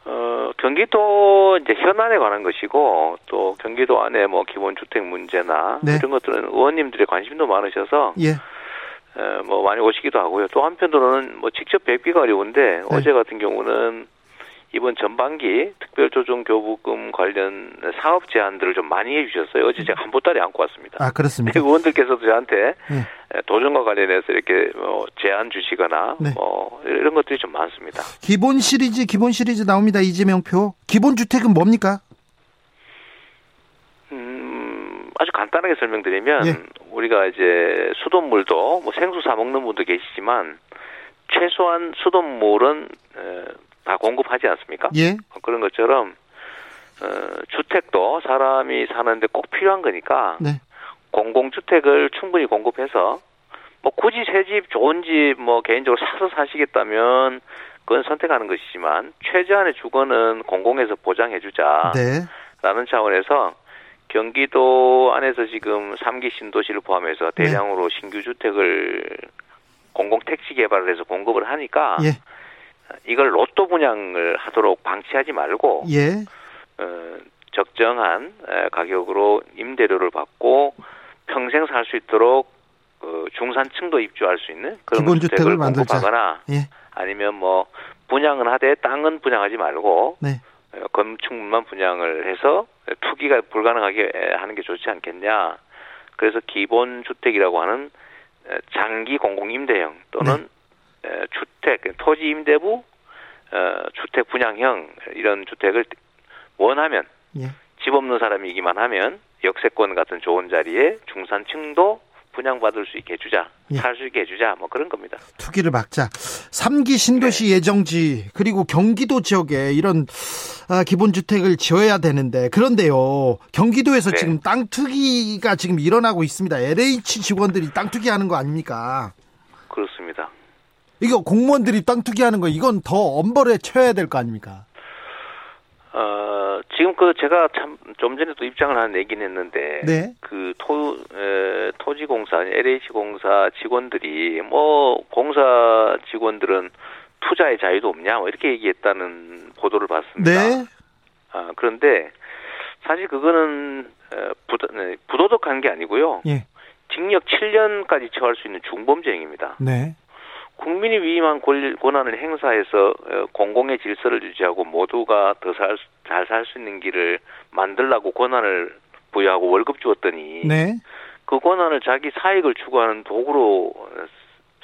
Speaker 3: 어, 경기도 이제 현안에 관한 것이고 또 경기도 안에 뭐 기본 주택 문제나
Speaker 1: 네.
Speaker 3: 이런 것들은 의원님들의 관심도 많으셔서
Speaker 1: 예.
Speaker 3: 에, 뭐 많이 오시기도 하고요. 또 한편으로는 뭐 직접 뵙기가 어려운데
Speaker 1: 네.
Speaker 3: 어제 같은 경우는 이번 전반기 특별조정교부금 관련 사업 제안들을 좀 많이 해주셨어요. 어제 제가 한 보따리 안고 왔습니다.
Speaker 1: 아,
Speaker 3: 네,
Speaker 1: 그렇습니다.
Speaker 3: 의원들께서도 저한테
Speaker 1: 예.
Speaker 3: 에, 도전과 관련해서 이렇게 뭐 제안 주시거나
Speaker 1: 네.
Speaker 3: 뭐 이런 것들이 좀 많습니다.
Speaker 1: 기본 시리즈, 기본 시리즈 나옵니다. 이재명표. 기본 주택은 뭡니까?
Speaker 3: 음, 아주 간단하게 설명드리면
Speaker 1: 예.
Speaker 3: 우리가 이제 수돗물도 뭐 생수 사 먹는 분도 계시지만 최소한 수돗물은 에, 다 공급하지 않습니까?
Speaker 1: 예.
Speaker 3: 어, 그런 것처럼 어, 주택도 사람이 사는데 꼭 필요한 거니까
Speaker 1: 네.
Speaker 3: 공공주택을 충분히 공급해서 뭐 굳이 새 집 좋은 집 뭐 개인적으로 사서 사시겠다면 그건 선택하는 것이지만 최저한의 주거는 공공에서 보장해주자.
Speaker 1: 네.
Speaker 3: 라는 차원에서 경기도 안에서 지금 3기 신도시를 포함해서
Speaker 1: 네.
Speaker 3: 대량으로 신규 주택을 공공 택지 개발을 해서 공급을 하니까
Speaker 1: 예.
Speaker 3: 이걸 로또 분양을 하도록 방치하지 말고
Speaker 1: 예.
Speaker 3: 어, 적정한 에, 가격으로 임대료를 받고 평생 살 수 있도록 어, 중산층도 입주할 수 있는 그런
Speaker 1: 기본
Speaker 3: 주택을,
Speaker 1: 주택을 만들자.
Speaker 3: 공급하거나
Speaker 1: 예.
Speaker 3: 아니면 뭐 분양은 하되 땅은 분양하지 말고
Speaker 1: 네.
Speaker 3: 어, 건축물만 분양을 해서 투기가 불가능하게 에, 하는 게 좋지 않겠냐. 그래서 기본 주택이라고 하는 에, 장기 공공 임대형 또는
Speaker 1: 네.
Speaker 3: 에, 주택 토지 임대부 어, 주택 분양형 이런 주택을 원하면
Speaker 1: 예.
Speaker 3: 집 없는 사람이기만 하면 역세권 같은 좋은 자리에 중산층도 분양받을 수 있게 해주자,
Speaker 1: 예.
Speaker 3: 살 수 있게 해주자, 뭐 그런 겁니다.
Speaker 1: 투기를 막자. 3기
Speaker 3: 네.
Speaker 1: 신도시 예정지 그리고 경기도 지역에 이런 아, 기본주택을 지어야 되는데 그런데요 경기도에서
Speaker 3: 네.
Speaker 1: 지금 땅 투기가 지금 일어나고 있습니다. LH 직원들이 땅 투기하는 거 아닙니까?
Speaker 3: 그렇습니다.
Speaker 1: 이거 공무원들이 땅 투기하는 거 이건 더 엄벌에 쳐야 될 거 아닙니까?
Speaker 3: 어, 지금 그 제가 참 좀 전에도 입장을 한 얘기는 했는데
Speaker 1: 네.
Speaker 3: 그 토, 에, 토지공사, LH공사 직원들이 뭐 공사 직원들은 투자의 자유도 없냐 뭐 이렇게 얘기했다는 보도를 봤습니다.
Speaker 1: 네,
Speaker 3: 아, 그런데 사실 그거는 에, 부도, 네, 부도덕한 게 아니고요.
Speaker 1: 예,
Speaker 3: 징역 7년까지 처할 수 있는 중범죄 행위입니다.
Speaker 1: 네,
Speaker 3: 국민이 위임한 권리, 권한을 행사해서 어, 공공의 질서를 유지하고 모두가 더잘살 수 있는 길을 만들라고 권한을 부여하고 월급 주었더니
Speaker 1: 네,
Speaker 3: 그 권한을 자기 사익을 추구하는 도구로 어,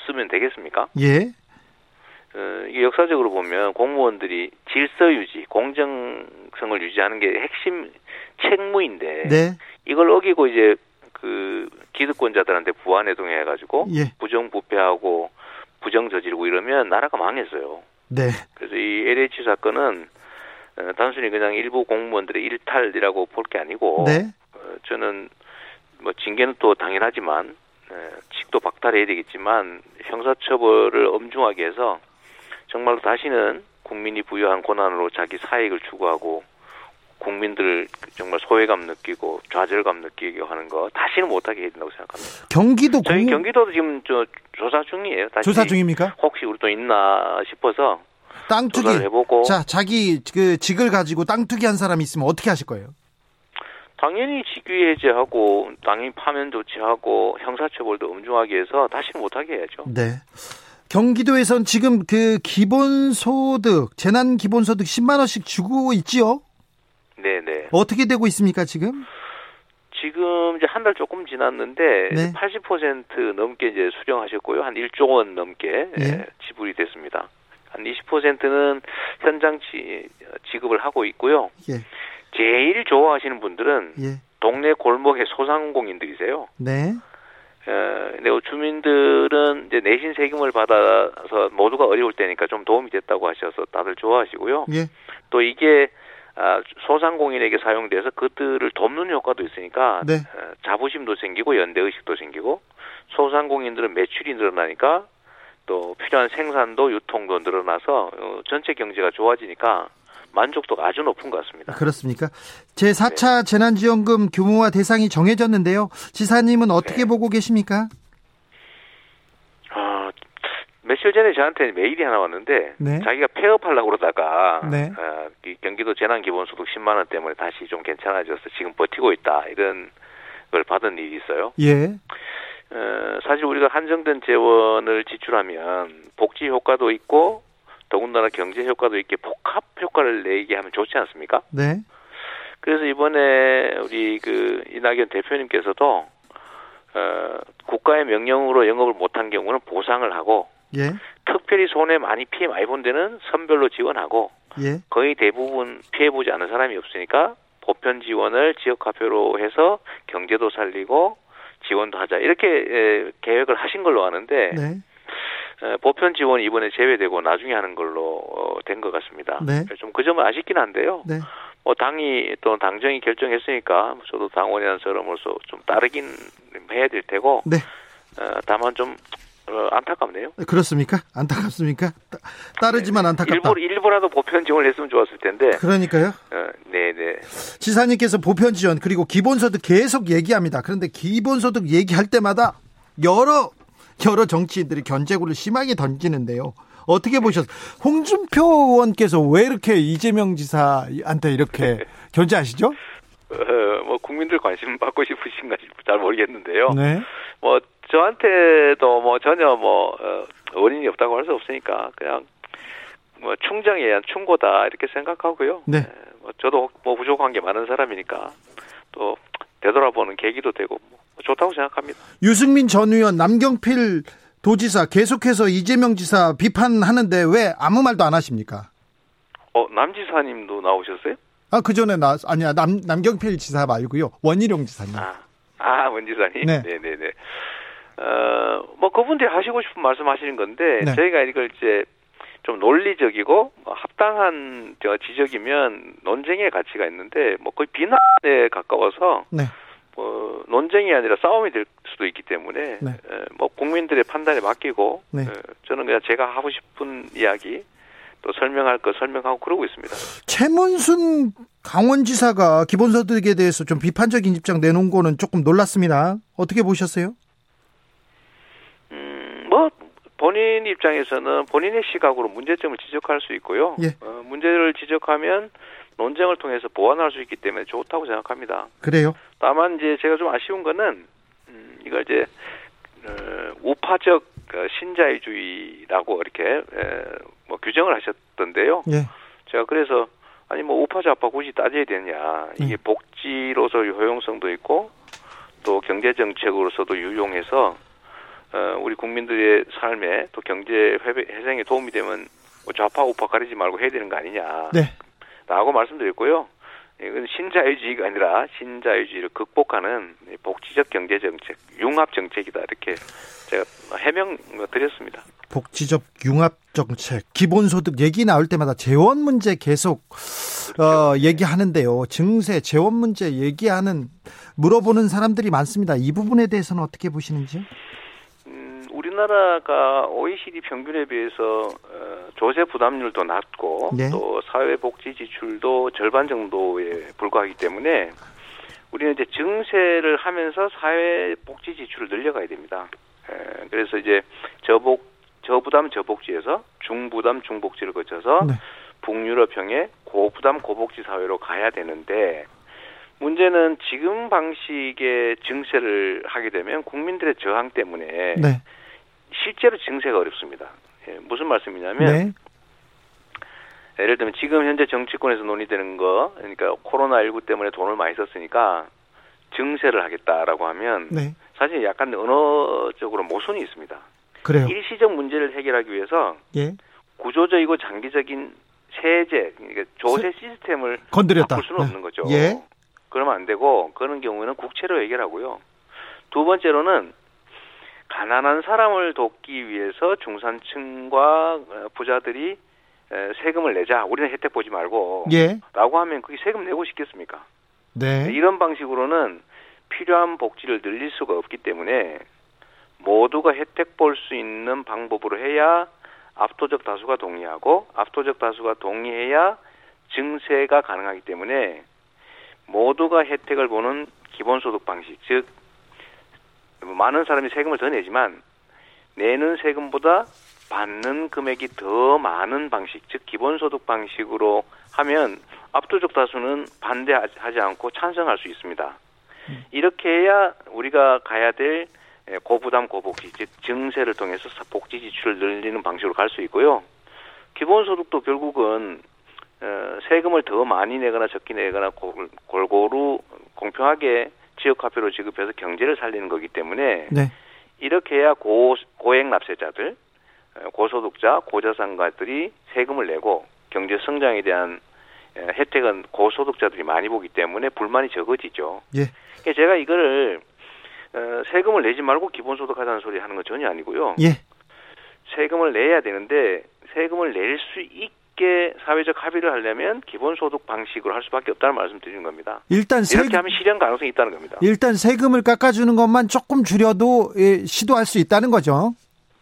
Speaker 3: 쓰면 되겠습니까?
Speaker 1: 예,
Speaker 3: 어, 이게 역사적으로 보면 공무원들이 질서 유지, 공정성을 유지하는 게 핵심 책무인데
Speaker 1: 네,
Speaker 3: 이걸 어기고 이제 그 기득권자들한테 부안 해동해 가지고
Speaker 1: 예,
Speaker 3: 부정부패하고 부정 저지르고 이러면 나라가 망했어요.
Speaker 1: 네,
Speaker 3: 그래서 이 LH 사건은 어, 단순히 그냥 일부 공무원들의 일탈이라고 볼 게 아니고
Speaker 1: 네,
Speaker 3: 어, 저는 뭐 징계는 또 당연하지만 에, 직도 박탈해야 되겠지만 형사처벌을 엄중하게 해서 정말로 다시는 국민이 부여한 권한으로 자기 사익을 추구하고 국민들 정말 소외감 느끼고 좌절감 느끼게 하는 거 다시는 못하게 해야 된다고 생각합니다.
Speaker 1: 경기도
Speaker 3: 저희
Speaker 1: 공-
Speaker 3: 경기도도 지금 저 조사 중이에요. 다시
Speaker 1: 조사 중입니까?
Speaker 3: 혹시 우리 또 있나 싶어서
Speaker 1: 땅 투기.
Speaker 3: 조사를 해보고
Speaker 1: 자, 자기 그 직을 가지고 땅 투기한 사람이 있으면 어떻게 하실 거예요?
Speaker 3: 당연히 직위 해제하고 당연히 파면 조치하고 형사처벌도 엄중하게 해서 다시는 못하게 해야죠.
Speaker 1: 네. 경기도에선 지금 그 기본소득, 재난 기본소득 10만 원씩 주고 있지요?
Speaker 3: 네네.
Speaker 1: 어떻게 되고 있습니까, 지금?
Speaker 3: 지금 이제 한 달 조금 지났는데
Speaker 1: 네.
Speaker 3: 80% 넘게 이제 수령하셨고요. 한 1조 원 넘게
Speaker 1: 예.
Speaker 3: 예, 지불이 됐습니다. 한 20%는 현장 지, 급을 하고 있고요.
Speaker 1: 예,
Speaker 3: 제일 좋아하시는 분들은
Speaker 1: 예,
Speaker 3: 동네 골목의 소상공인들이세요.
Speaker 1: 네,
Speaker 3: 어, 근데 주민들은 이제 내신 세금을 받아서 모두가 어려울 때니까 좀 도움이 됐다고 하셔서 다들 좋아하시고요.
Speaker 1: 예,
Speaker 3: 또 이게 아, 소상공인에게 사용돼서 그들을 돕는 효과도 있으니까
Speaker 1: 네.
Speaker 3: 어, 자부심도 생기고 연대 의식도 생기고 소상공인들은 매출이 늘어나니까 또 필요한 생산도 유통도 늘어나서 어, 전체 경제가 좋아지니까 만족도가 아주 높은 것 같습니다.
Speaker 1: 그렇습니까? 제 4차 재난지원금 규모와 대상이 정해졌는데요. 지사님은 어떻게 보고 계십니까?
Speaker 3: 아, 며칠 전에 저한테 메일이 하나 왔는데
Speaker 1: 네.
Speaker 3: 자기가 폐업하려고 그러다가
Speaker 1: 네.
Speaker 3: 아, 이 경기도 재난기본소득 10만 원 때문에 다시 좀 괜찮아져서 지금 버티고 있다 이런 걸 받은 일이 있어요.
Speaker 1: 예,
Speaker 3: 어, 사실 우리가 한정된 재원을 지출하면 복지 효과도 있고 더군다나 경제 효과도 있게 복합 효과를 내게 하면 좋지 않습니까?
Speaker 1: 네,
Speaker 3: 그래서 이번에 우리 그 이낙연 대표님께서도 어, 국가의 명령으로 영업을 못한 경우는 보상을 하고
Speaker 1: 예,
Speaker 3: 특별히 손해 많이 피해 많이 본 데는 선별로 지원하고
Speaker 1: 예,
Speaker 3: 거의 대부분 피해 보지 않은 사람이 없으니까 보편 지원을 지역 화폐로 해서 경제도 살리고 지원도 하자 이렇게 에, 계획을 하신 걸로 아는데
Speaker 1: 네,
Speaker 3: 에, 보편 지원 이번에 제외되고 나중에 하는 걸로 어, 된 것 같습니다.
Speaker 1: 네.
Speaker 3: 좀 그 점은 아쉽긴 한데요.
Speaker 1: 네.
Speaker 3: 뭐 당이 또 당정이 결정했으니까 저도 당원이라는 사람으로서 좀 따르긴 해야 될 테고
Speaker 1: 네.
Speaker 3: 어, 다만 좀 어, 안타깝네요.
Speaker 1: 그렇습니까? 안타깝습니까? 따, 따르지만 안타깝다.
Speaker 3: 일부 일부라도 보편 지원을 했으면 좋았을 텐데.
Speaker 1: 그러니까요.
Speaker 3: 어, 네네.
Speaker 1: 지사님께서 보편 지원 그리고 기본소득 계속 얘기합니다. 그런데 기본소득 얘기할 때마다 여러 여러 정치인들이 견제구를 심하게 던지는데요. 어떻게 보셨어요? 홍준표 의원께서 왜 이렇게 이재명 지사한테 이렇게 견제하시죠?
Speaker 3: 어, 뭐 국민들 관심 받고 싶으신가 싶- 잘 모르겠는데요.
Speaker 1: 네.
Speaker 3: 뭐 저한테도 뭐 전혀 뭐 어, 원인이 없다고 할 수 없으니까 그냥 뭐 충정에 의한 충고다 이렇게 생각하고요.
Speaker 1: 네.
Speaker 3: 에, 뭐 저도 뭐 부족한 게 많은 사람이니까 또 되돌아보는 계기도 되고 뭐 좋다고 생각합니다.
Speaker 1: 유승민 전 의원, 남경필 도지사 계속해서 이재명 지사 비판하는데 왜 아무 말도 안 하십니까?
Speaker 3: 어 남지사님도 나오셨어요?
Speaker 1: 아, 그 전에 나, 아니야, 남, 남경필 지사 말고요. 원희룡 지사님.
Speaker 3: 아, 아, 원지사님?
Speaker 1: 음. 네.
Speaker 3: 네, 네, 네. 어, 뭐, 그분들이 하시고 싶은 말씀 하시는 건데,
Speaker 1: 네.
Speaker 3: 저희가 이걸 이제 좀 논리적이고 뭐 합당한 저 지적이면 논쟁의 가치가 있는데, 뭐 거의 비난에 가까워서,
Speaker 1: 네.
Speaker 3: 뭐, 논쟁이 아니라 싸움이 될 수도 있기 때문에,
Speaker 1: 네.
Speaker 3: 에, 뭐, 국민들의 판단에 맡기고,
Speaker 1: 네.
Speaker 3: 에, 저는 그냥 제가 하고 싶은 이야기, 또 설명할 거 설명하고 그러고 있습니다.
Speaker 1: 최문순 강원지사가 기본소득에 대해서 좀 비판적인 입장 내놓은 거는 조금 놀랐습니다. 어떻게 보셨어요?
Speaker 3: 음, 뭐 본인 입장에서는 본인의 시각으로 문제점을 지적할 수 있고요.
Speaker 1: 예.
Speaker 3: 어, 문제를 지적하면 논쟁을 통해서 보완할 수 있기 때문에 좋다고 생각합니다.
Speaker 1: 그래요?
Speaker 3: 다만 이제 제가 좀 아쉬운 거는 음, 이걸 이제 어, 우파적 어, 신자유주의라고 이렇게 에, 뭐 규정을 하셨던데요.
Speaker 1: 예.
Speaker 3: 제가 그래서 아니 뭐 우파 좌파 굳이 따져야 되냐 이게 복지로서의 효용성도 있고 또 경제 정책으로서도 유용해서 어, 우리 국민들의 삶에 또 경제 회배, 회생에 도움이 되면 뭐 좌파 우파 가리지 말고 해야 되는 거 아니냐
Speaker 1: 네.
Speaker 3: 라고 말씀드렸고요. 이건 신자유주의가 아니라 신자유주의를 극복하는 복지적 경제 정책, 융합 정책이다 이렇게 제가 해명 드렸습니다.
Speaker 1: 복지적 융합 정책, 기본소득 얘기 나올 때마다 재원 문제 계속 어, 얘기하는데요. 증세, 재원 문제 얘기하는 물어보는 사람들이 많습니다. 이 부분에 대해서는 어떻게 보시는지요?
Speaker 3: 음, 우리나라가 OECD 평균에 비해서 어, 조세 부담률도 낮고
Speaker 1: 네.
Speaker 3: 또 사회복지 지출도 절반 정도에 불과하기 때문에 우리는 이제 증세를 하면서 사회복지 지출을 늘려가야 됩니다. 에, 그래서 이제 저복 저부담 저복지에서 중부담 중복지를 거쳐서
Speaker 1: 네.
Speaker 3: 북유럽형의 고부담 고복지 사회로 가야 되는데 문제는 지금 방식의 증세를 하게 되면 국민들의 저항 때문에
Speaker 1: 네.
Speaker 3: 실제로 증세가 어렵습니다. 예, 무슨 말씀이냐면
Speaker 1: 네.
Speaker 3: 예를 들면 지금 현재 정치권에서 논의되는 거 그러니까 코로나 19 때문에 돈을 많이 썼으니까 증세를 하겠다라고 하면
Speaker 1: 네.
Speaker 3: 사실 약간 언어적으로 모순이 있습니다.
Speaker 1: 그래요.
Speaker 3: 일시적 문제를 해결하기 위해서
Speaker 1: 예.
Speaker 3: 구조적이고 장기적인 세제, 그러니까 조세 시스템을
Speaker 1: 건드렸다.
Speaker 3: 바꿀 수는
Speaker 1: 네.
Speaker 3: 없는 거죠.
Speaker 1: 예.
Speaker 3: 그러면 안 되고 그런 경우에는 국채로 해결하고요. 두 번째로는 가난한 사람을 돕기 위해서 중산층과 어, 부자들이 에, 세금을 내자. 우리는 혜택 보지 말고.
Speaker 1: 예.
Speaker 3: 라고 하면 그게 세금 내고 싶겠습니까?
Speaker 1: 네.
Speaker 3: 이런 방식으로는 필요한 복지를 늘릴 수가 없기 때문에 모두가 혜택 볼 수 있는 방법으로 해야 압도적 다수가 동의하고 압도적 다수가 동의해야 증세가 가능하기 때문에 모두가 혜택을 보는 기본소득 방식 즉 많은 사람이 세금을 더 내지만 내는 세금보다 받는 금액이 더 많은 방식 즉 기본소득 방식으로 하면 압도적 다수는 반대하지 않고 찬성할 수 있습니다. 이렇게 해야 우리가 가야 될 에, 고부담 고복지 즉 증세를 통해서 사- 복지 지출을 늘리는 방식으로 갈 수 있고요. 기본소득도 결국은 어, 세금을 더 많이 내거나 적게 내거나 골- 골고루 공평하게 지역화폐로 지급해서 경제를 살리는 거기 때문에
Speaker 1: 네.
Speaker 3: 이렇게 해야 고, 고액 납세자들, 어, 고소득자, 고자산가들이 세금을 내고 경제 성장에 대한 에, 혜택은 고소득자들이 많이 보기 때문에 불만이 적어지죠.
Speaker 1: 예.
Speaker 3: 그러니까 제가 이거를 어, 세금을 내지 말고 기본소득 하자는 소리 하는 건 전혀 아니고요.
Speaker 1: 예.
Speaker 3: 세금을 내야 되는데 세금을 낼 수 있게 사회적 합의를 하려면 기본소득 방식으로 할 수밖에 없다는 말씀 드리는 겁니다.
Speaker 1: 일단 세
Speaker 3: 이렇게 하면 실현 가능성이 있다는 겁니다.
Speaker 1: 일단 세금을 깎아주는 것만 조금 줄여도 예, 시도할 수 있다는 거죠.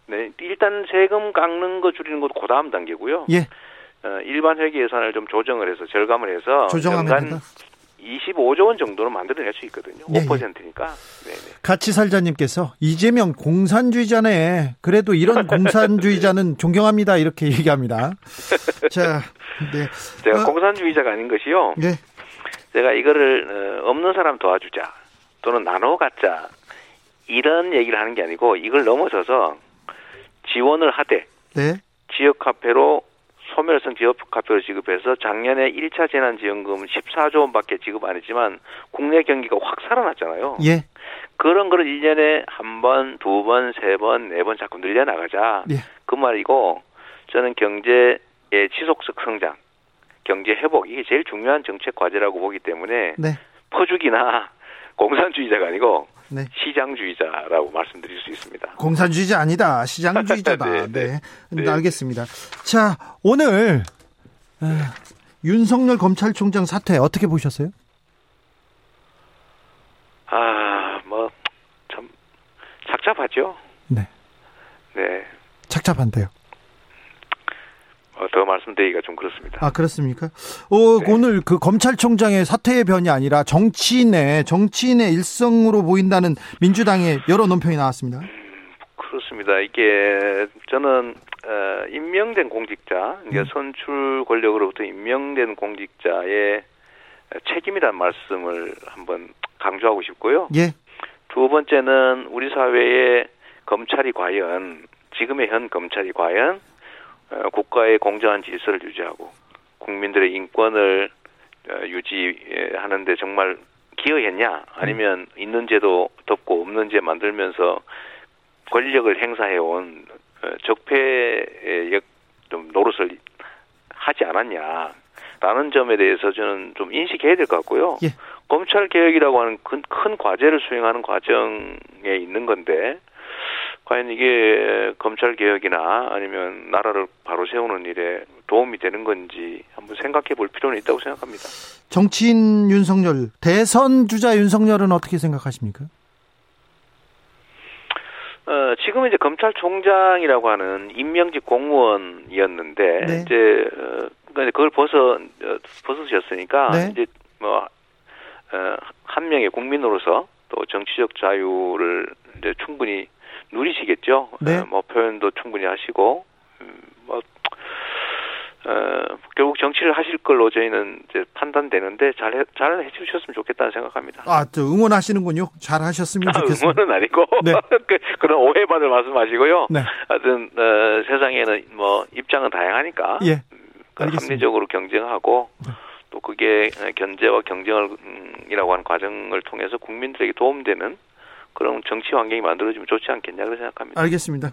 Speaker 3: 네, 일단 세금 깎는 거 줄이는 것도 그다음 단계고요.
Speaker 1: 예.
Speaker 3: 어, 일반 회계 예산을 좀 조정을 해서 절감을 해서
Speaker 1: 조정하면
Speaker 3: 연간
Speaker 1: 된다.
Speaker 3: 25조 원 정도는 만들어낼 수 있거든요.
Speaker 1: 예, 예.
Speaker 3: 5%니까. 네네.
Speaker 1: 같이 살자님께서 이재명 공산주의자네. 그래도 이런 공산주의자는 존경합니다. 이렇게 얘기합니다. 자, 네.
Speaker 3: 제가
Speaker 1: 어,
Speaker 3: 공산주의자가 아닌 것이요.
Speaker 1: 예.
Speaker 3: 제가 이거를 어, 없는 사람 도와주자 또는 나눠 갖자 이런 얘기를 하는 게 아니고 이걸 넘어서서 지원을 하되
Speaker 1: 네.
Speaker 3: 지역화폐로 소멸성 지역화폐로 지급해서 작년에 1차 재난지원금 14조 원밖에 지급 안 했지만 국내 경기가 확 살아났잖아요.
Speaker 1: 예.
Speaker 3: 그런 거를 1년에 한 번, 두 번, 세 번, 네 번 자꾸 늘려나가자.
Speaker 1: 예.
Speaker 3: 그 말이고 저는 경제의 지속적 성장, 경제 회복 이게 제일 중요한 정책 과제라고 보기 때문에
Speaker 1: 네.
Speaker 3: 퍼주기나 공산주의자가 아니고
Speaker 1: 네.
Speaker 3: 시장주의자라고 말씀드릴 수 있습니다.
Speaker 1: 공산주의자 아니다. 시장주의자다. 네,
Speaker 3: 네, 네. 네.
Speaker 1: 알겠습니다. 자, 오늘 아, 윤석열 검찰총장 사퇴 어떻게 보셨어요?
Speaker 3: 아, 뭐 참 착잡하죠.
Speaker 1: 네.
Speaker 3: 네.
Speaker 1: 착잡한데요.
Speaker 3: 어, 더 말씀드리기가 좀 그렇습니다.
Speaker 1: 아, 그렇습니까? 어,
Speaker 3: 네.
Speaker 1: 오늘 그 검찰총장의 사퇴의 변이 아니라 정치인의 정치인의 일성으로 보인다는 민주당의 여러 논평이 나왔습니다.
Speaker 3: 그렇습니다. 이게 저는 어, 임명된 공직자, 그러니까 선출 권력으로부터 임명된 공직자의 책임이란 말씀을 한번 강조하고 싶고요.
Speaker 1: 예.
Speaker 3: 두 번째는 우리 사회의 검찰이 과연 지금의 현 검찰이 과연 어, 국가의 공정한 질서를 유지하고 국민들의 인권을 어, 유지하는데 정말 기여했냐 아니면 있는 죄도 덮고 없는 죄 만들면서 권력을 행사해온 어, 적폐의 역- 좀 노릇을 하지 않았냐라는 점에 대해서 저는 좀 인식해야 될 것 같고요.
Speaker 1: 예.
Speaker 3: 검찰 개혁이라고 하는 큰, 큰 과제를 수행하는 과정에 있는 건데 과연 이게 검찰 개혁이나 아니면 나라를 바로 세우는 일에 도움이 되는 건지 한번 생각해 볼 필요는 있다고 생각합니다.
Speaker 1: 정치인 윤석열, 대선 주자 윤석열은 어떻게 생각하십니까?
Speaker 3: 어, 지금 이제 검찰총장이라고 하는 임명직 공무원이었는데
Speaker 1: 네.
Speaker 3: 이제 어, 그러니까 그걸 벗어 어, 벗으셨으니까
Speaker 1: 네.
Speaker 3: 이제 뭐, 어, 뭐한 명의 국민으로서 또 정치적 자유를 이제 충분히 누리시겠죠.
Speaker 1: 네.
Speaker 3: 어, 뭐 표현도 충분히 하시고 음, 뭐 어, 결국 정치를 하실 걸로 저희는 이제 판단되는데 잘잘 해주셨으면 좋겠다는 생각합니다.
Speaker 1: 아, 저 응원하시는군요. 잘 하셨으면
Speaker 3: 아,
Speaker 1: 좋겠습니다.
Speaker 3: 응원은 아니고
Speaker 1: 네.
Speaker 3: 그, 그런 오해받을 말씀하시고요.
Speaker 1: 네.
Speaker 3: 하여튼 어, 세상에는 뭐 입장은 다양하니까
Speaker 1: 예.
Speaker 3: 그
Speaker 1: 알겠습니다. 네.
Speaker 3: 합리적으로 경쟁하고 또 그게 견제와 경쟁이라고 하는 과정을 통해서 국민들에게 도움되는 그런 정치 환경이 만들어지면 좋지 않겠냐 그렇게
Speaker 1: 아.
Speaker 3: 생각합니다.
Speaker 1: 알겠습니다.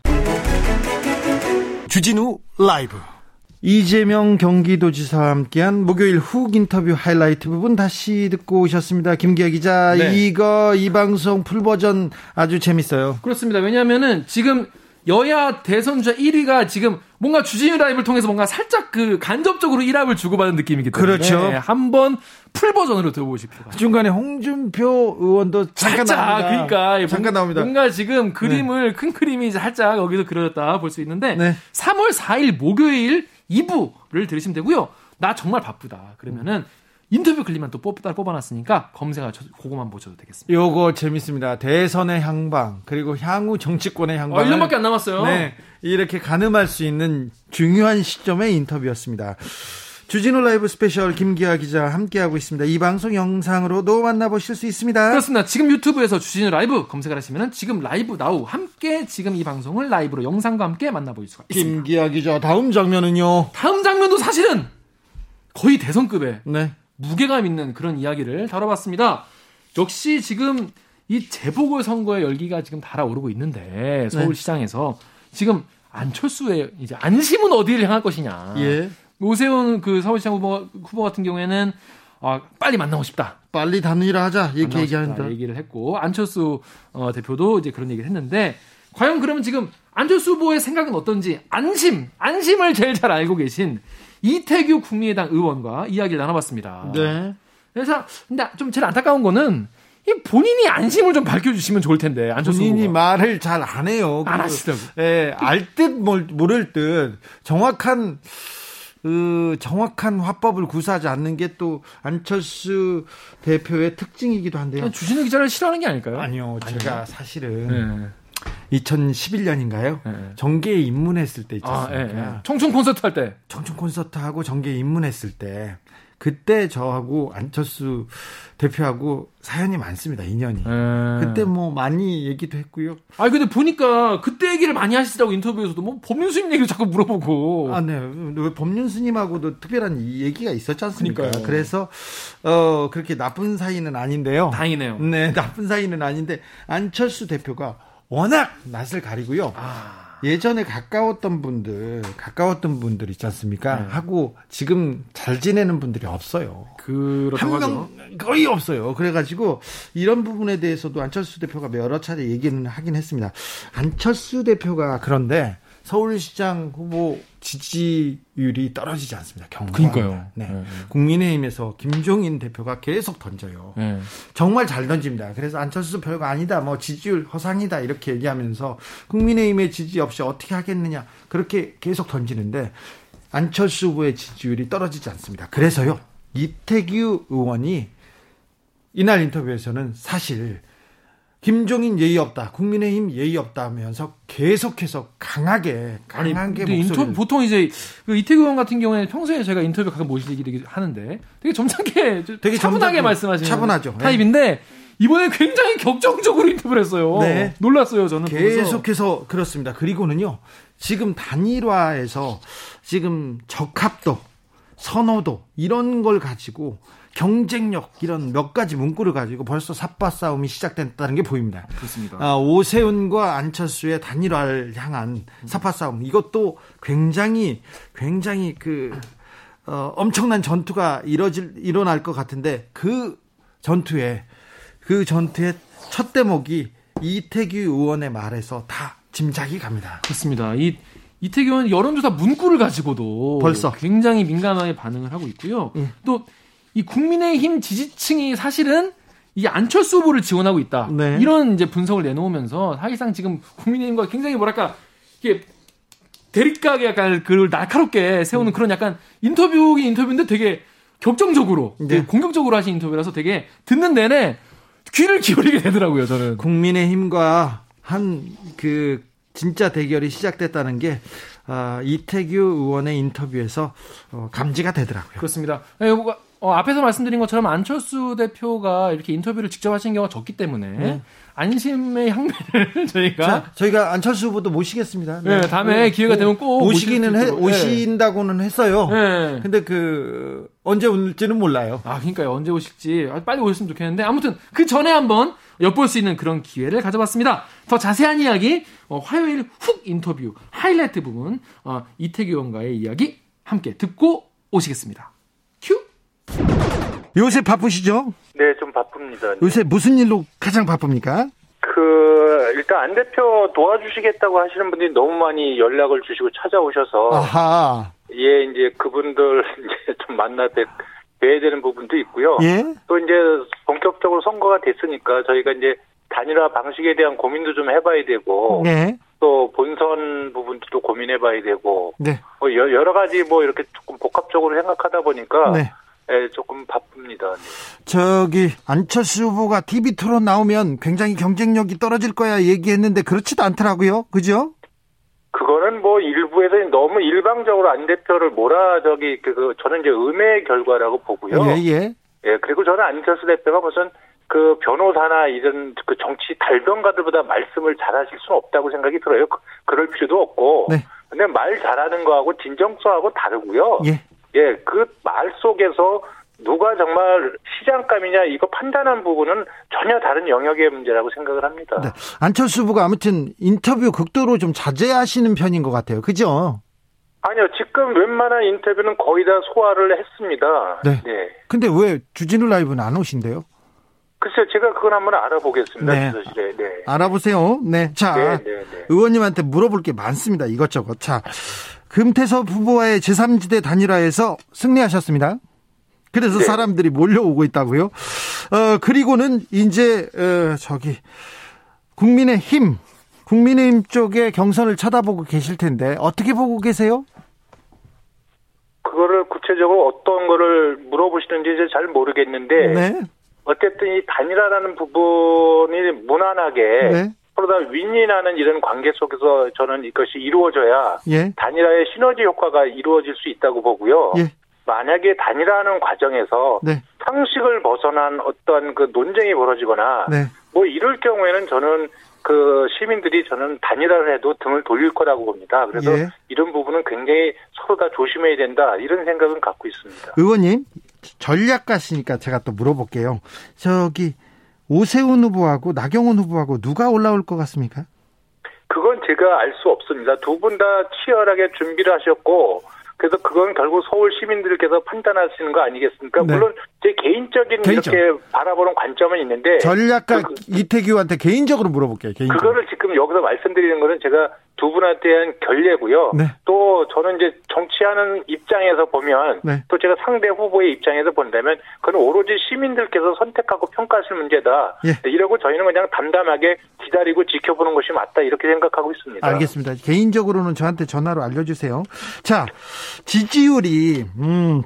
Speaker 4: 주진우 라이브.
Speaker 1: 이재명 경기도지사와 함께한 목요일 훅 인터뷰 하이라이트 부분 다시 듣고 오셨습니다. 김기아 기자,
Speaker 2: 네.
Speaker 1: 이거 이 방송 풀 버전 아주 재밌어요.
Speaker 2: 그렇습니다. 왜냐하면은 지금 여야 대선 주자 1위가 지금 뭔가 주진우 라이브를 통해서 뭔가 살짝 그 간접적으로 1합을 주고받은 느낌이기 때문에
Speaker 1: 그렇죠.
Speaker 2: 한번 풀 버전으로 들어보고 싶어요.
Speaker 1: 중간에 홍준표 의원도 잠깐
Speaker 2: 살짝,
Speaker 1: 나옵니다.
Speaker 2: 그러니까 예,
Speaker 1: 잠깐
Speaker 2: 뭔-
Speaker 1: 나옵니다. 네.
Speaker 2: 뭔가 지금 그림을 큰 그림이 살짝 여기서 그려졌다 볼 수 있는데
Speaker 1: 네.
Speaker 2: 3월 4일 목요일 2부를 들으시면 되고요. 나 정말 바쁘다. 그러면은 인터뷰 글림만 또 뽑, 따로 뽑아놨으니까 검색하셔서 그거만 보셔도 되겠습니다.
Speaker 1: 요거 재밌습니다. 대선의 향방 그리고 향후 정치권의 향방.
Speaker 2: 아, 1년밖에 안 남았어요.
Speaker 1: 음. 네, 이렇게 가늠할 수 있는 중요한 시점의 인터뷰였습니다. 주진우 라이브 스페셜 김기아 기자 함께하고 있습니다. 이 방송 영상으로도 만나보실 수 있습니다.
Speaker 2: 그렇습니다. 지금 유튜브에서 주진우 라이브 검색을 하시면 지금 라이브 나우 함께 지금 이 방송을 라이브로 영상과 함께 만나보실 수가 있습니다.
Speaker 1: 김기아 기자 다음 장면은요.
Speaker 2: 다음 장면도 사실은 거의 대선급의
Speaker 1: 네.
Speaker 2: 무게감 있는 그런 이야기를 다뤄봤습니다. 역시 지금 이 재보궐 선거의 열기가 지금 달아오르고 있는데 서울시장에서 지금 안철수의 이제 안심은 어디를 향할 것이냐.
Speaker 1: 예.
Speaker 2: 오세훈 그 서울시장 후보 후보 같은 경우에는 아, 빨리 만나고 싶다.
Speaker 1: 빨리 단일화하자 이렇게
Speaker 2: 만나고
Speaker 1: 얘기하는데
Speaker 2: 싶다 얘기를 했고 안철수 어, 대표도 이제 그런 얘기를 했는데 과연 그러면 지금 안철수 후보의 생각은 어떤지 안심 안심을 제일 잘 알고 계신 이태규 국민의당 의원과 이야기를 나눠봤습니다.
Speaker 1: 네.
Speaker 2: 그래서 근데 좀 제일 안타까운 거는 이 본인이 안심을 좀 밝혀주시면 좋을 텐데 안철수
Speaker 1: 본인이
Speaker 2: 후보가.
Speaker 1: 말을 잘 안 해요.
Speaker 2: 안
Speaker 1: 그리고,
Speaker 2: 하시더라고.
Speaker 1: 예, 알듯 모를 듯 정확한 그 정확한 화법을 구사하지 않는 게 또 안철수 대표의 특징이기도 한데요.
Speaker 2: 그냥 주진우 기자를 싫어하는 게 아닐까요?
Speaker 1: 아니요, 네. 제가 사실은
Speaker 2: 예.
Speaker 1: 2011년인가요?
Speaker 2: 예.
Speaker 1: 정계에 입문했을 때 있지
Speaker 2: 아, 예,
Speaker 1: 않습니까?
Speaker 2: 예. 청춘 콘서트 할 때.
Speaker 1: 청춘 콘서트하고 정계에 입문했을 때 그때 저하고 안철수 대표하고 사연이 많습니다. 인연이. 그때 뭐 많이 얘기도 했고요.
Speaker 2: 예. 아니 근데 보니까 그때 얘기를 많이 하시더라고 인터뷰에서도 뭐 법률수입 얘기를 자꾸 물어보고.
Speaker 1: 아, 네. 왜 법륜 스님하고도 특별한 이 얘기가 있었지 않습니까?
Speaker 2: 그러니까요.
Speaker 1: 그래서 어, 그렇게 나쁜 사이는 아닌데요.
Speaker 2: 다행이네요.
Speaker 1: 네, 나쁜 사이는 아닌데 안철수 대표가 워낙 낯을 가리고요.
Speaker 2: 아.
Speaker 1: 예전에 가까웠던 분들, 가까웠던 분들 있지 않습니까?
Speaker 2: 네.
Speaker 1: 하고 지금 잘 지내는 분들이 없어요.
Speaker 2: 그렇다고
Speaker 1: 한
Speaker 2: 하죠.
Speaker 1: 명 거의 없어요. 그래가지고 이런 부분에 대해서도 안철수 대표가 여러 차례 얘기는 하긴 했습니다. 안철수 대표가 그런데 서울시장 후보 지지율이 떨어지지 않습니다. 경과.
Speaker 2: 그러니까요.
Speaker 1: 네.
Speaker 2: 네.
Speaker 1: 국민의힘에서 김종인 대표가 계속 던져요.
Speaker 2: 예. 정말
Speaker 1: 정말 잘 던집니다. 그래서 안철수 별거 아니다. 뭐 지지율 허상이다. 이렇게 얘기하면서 국민의힘의 지지 없이 어떻게 하겠느냐. 그렇게 계속 던지는데 안철수 후보의 지지율이 떨어지지 않습니다. 그래서요. 이태규 의원이 이날 인터뷰에서는 사실 김종인 예의 없다. 국민의힘 예의 없다 하면서 계속해서 강하게 강하게
Speaker 2: 아니, 근데
Speaker 1: 목소리를
Speaker 2: 인터뷰 보통 이제 그 이태규 의원 같은 경우에는 평소에 제가 인터뷰 가끔 모시기 하는데 되게 점잖게 되게
Speaker 1: 되게
Speaker 2: 차분하게
Speaker 1: 점잖고
Speaker 2: 말씀하시는
Speaker 1: 차분하죠. 네.
Speaker 2: 타입인데 이번에 굉장히 격정적으로 인터뷰를 했어요.
Speaker 1: 네.
Speaker 2: 놀랐어요 저는. 보면서.
Speaker 1: 계속해서 그렇습니다. 그리고는요, 지금 단일화에서 지금 적합도, 선호도, 이런 걸 가지고 경쟁력, 이런 몇 가지 문구를 가지고 벌써 삽바 싸움이 시작됐다는 게 보입니다.
Speaker 2: 그렇습니다.
Speaker 1: 아, 오세훈과 안철수의 단일화를 향한 삽바 싸움, 이것도 굉장히, 굉장히 그, 어, 엄청난 전투가 이뤄질, 일어날 것 같은데 그 전투에 그 전투의 첫 대목이 이태규 의원의 말에서 다 짐작이 갑니다.
Speaker 2: 그렇습니다. 이 이태규 의원 여론조사 문구를 가지고도
Speaker 1: 벌써. 음.
Speaker 2: 굉장히 민감하게 반응을 하고 있고요. 또 이 국민의힘 지지층이 사실은 이 안철수 후보를 지원하고 있다.
Speaker 1: 네.
Speaker 2: 이런 이제 분석을 내놓으면서 사실상 지금 국민의힘과 굉장히 뭐랄까 이게 대립각에 약간 그걸 날카롭게
Speaker 1: 음.
Speaker 2: 세우는 그런 약간 인터뷰긴 인터뷰인데 되게 격정적으로
Speaker 1: 네.
Speaker 2: 되게 공격적으로 하신 인터뷰라서 되게 듣는 내내 귀를 기울이게 되더라고요. 저는
Speaker 1: 국민의힘과 한 그 진짜 대결이 시작됐다는 게 아, 이태규 의원의 인터뷰에서 어, 감지가 되더라고요.
Speaker 2: 그렇습니다. 예, 요거, 어, 어, 앞에서 말씀드린 것처럼 안철수 대표가 이렇게 인터뷰를 직접 하신 경우가 적기 때문에 안심의 향배를 저희가
Speaker 1: 네. 자, 저희가 안철수 후보도 모시겠습니다.
Speaker 2: 네, 다음에 기회가 되면 꼭
Speaker 1: 오시기는
Speaker 2: 모실 수
Speaker 1: 해,
Speaker 2: 있도록.
Speaker 1: 오신다고는 했어요.
Speaker 2: 네.
Speaker 1: 근데 그 언제 올지는 몰라요.
Speaker 2: 아, 그러니까요. 언제 오실지 아, 빨리 오셨으면 좋겠는데 아무튼 그 전에 한번 엿볼 수 있는 그런 기회를 가져봤습니다. 더 자세한 이야기 어, 화요일 훅 인터뷰 하이라이트 부분 어, 이태규 의원과의 이야기 함께 듣고 오시겠습니다. 큐.
Speaker 1: 요새 바쁘시죠?
Speaker 3: 네, 좀 바쁩니다.
Speaker 1: 요새 무슨 일로 가장 바쁩니까?
Speaker 3: 그 일단 안 대표 도와주시겠다고 하시는 분들이 너무 많이 연락을 주시고 찾아오셔서
Speaker 1: 아하.
Speaker 3: 예 이제 그분들 이제 좀 만나 뵈- 뵈야 되는 부분도 있고요.
Speaker 1: 예?
Speaker 3: 또 이제 본격적으로 선거가 됐으니까 저희가 이제 단일화 방식에 대한 고민도 좀 해봐야 되고
Speaker 1: 네.
Speaker 3: 또 본선 부분도 또 고민해봐야 되고
Speaker 1: 네.
Speaker 3: 뭐 여- 여러 가지 뭐 이렇게 조금 복합적으로 생각하다 보니까
Speaker 1: 네.
Speaker 3: 예, 조금 바쁩니다. 네.
Speaker 1: 저기 안철수 후보가 TV 토론 나오면 굉장히 경쟁력이 떨어질 거야 얘기했는데 그렇지도 않더라고요. 그죠?
Speaker 3: 그거는 뭐 일부에서 너무 일방적으로 안 대표를 몰아 저기 그- 그 저는 이제 음해의 결과라고 보고요.
Speaker 1: 예, 예.
Speaker 3: 예, 그리고 저는 안철수 대표가 무슨 그 변호사나 이런 그 정치 달변가들보다 말씀을 잘하실 수는 없다고 생각이 들어요. 그- 그럴 필요도 없고.
Speaker 1: 네.
Speaker 3: 근데 말 잘하는 거하고 진정성하고 다르고요.
Speaker 1: 예.
Speaker 3: 예, 그 말 속에서 누가 정말 시장감이냐 이거 판단한 부분은 전혀 다른 영역의 문제라고 생각을 합니다.
Speaker 1: 네. 안철수 후보가 아무튼 인터뷰 극도로 좀 자제하시는 편인 것 같아요. 그죠?
Speaker 3: 아니요, 지금 웬만한 인터뷰는 거의 다 소화를 했습니다.
Speaker 1: 네.
Speaker 3: 예.
Speaker 1: 근데 왜 주진우 라이브는 안 오신대요?
Speaker 3: 글쎄요, 제가 그건 한번 알아보겠습니다.
Speaker 1: 네.
Speaker 3: 비서실에. 네.
Speaker 1: 알아보세요. 네. 자,
Speaker 3: 네, 네, 네.
Speaker 1: 의원님한테 물어볼 게 많습니다. 이것저것. 자, 금태섭 후보와의 제3지대 단일화에서 승리하셨습니다. 그래서
Speaker 3: 네.
Speaker 1: 사람들이 몰려오고 있다고요. 어, 그리고는 이제, 어, 저기, 국민의 힘, 국민의힘 쪽에 경선을 쳐다보고 계실 텐데, 어떻게 보고 계세요?
Speaker 3: 그거를 구체적으로 어떤 거를 물어보시는지 이제 잘 모르겠는데
Speaker 1: 네.
Speaker 3: 어쨌든 이 단일화라는 부분이 무난하게
Speaker 1: 네.
Speaker 3: 서로 다 윈윈하는 이런 관계 속에서 저는 이것이 이루어져야
Speaker 1: 예.
Speaker 3: 단일화의 시너지 효과가 이루어질 수 있다고 보고요.
Speaker 1: 예.
Speaker 3: 만약에 단일화하는 과정에서
Speaker 1: 네.
Speaker 3: 상식을 벗어난 어떤 그 논쟁이 벌어지거나
Speaker 1: 네.
Speaker 3: 뭐 이럴 경우에는 저는 그 시민들이 저는 단일화를 해도 등을 돌릴 거라고 봅니다. 그래서
Speaker 1: 예.
Speaker 3: 이런 부분은 굉장히 서로 다 조심해야 된다 이런 생각은 갖고 있습니다.
Speaker 1: 의원님 전략가시니까 제가 또 물어볼게요. 저기 오세훈 후보하고 나경원 후보하고 누가 올라올 것 같습니까?
Speaker 3: 그건 제가 알 수 없습니다. 두 분 다 치열하게 준비를 하셨고 그래서 그건 결국 서울 시민들께서 판단하시는 거 아니겠습니까?
Speaker 1: 네.
Speaker 3: 물론 제 개인적인
Speaker 1: 개인적.
Speaker 3: 이렇게 바라보는 관점은 있는데
Speaker 1: 전략가
Speaker 3: 그-
Speaker 1: 이태규한테 개인적으로 물어볼게요. 개인적으로.
Speaker 3: 그거를 지금 여기서 말씀드리는 거는 제가 두 분한테 한 결례고요.
Speaker 1: 네.
Speaker 3: 또 저는 이제 정치하는 입장에서 보면
Speaker 1: 네.
Speaker 3: 또 제가 상대 후보의 입장에서 본다면 그건 오로지 시민들께서 선택하고 평가하실 문제다.
Speaker 1: 예.
Speaker 3: 이러고 저희는 그냥 담담하게 기다리고 지켜보는 것이 맞다 이렇게 생각하고 있습니다.
Speaker 1: 알겠습니다. 개인적으로는 저한테 전화로 알려주세요. 자, 지지율이, 음,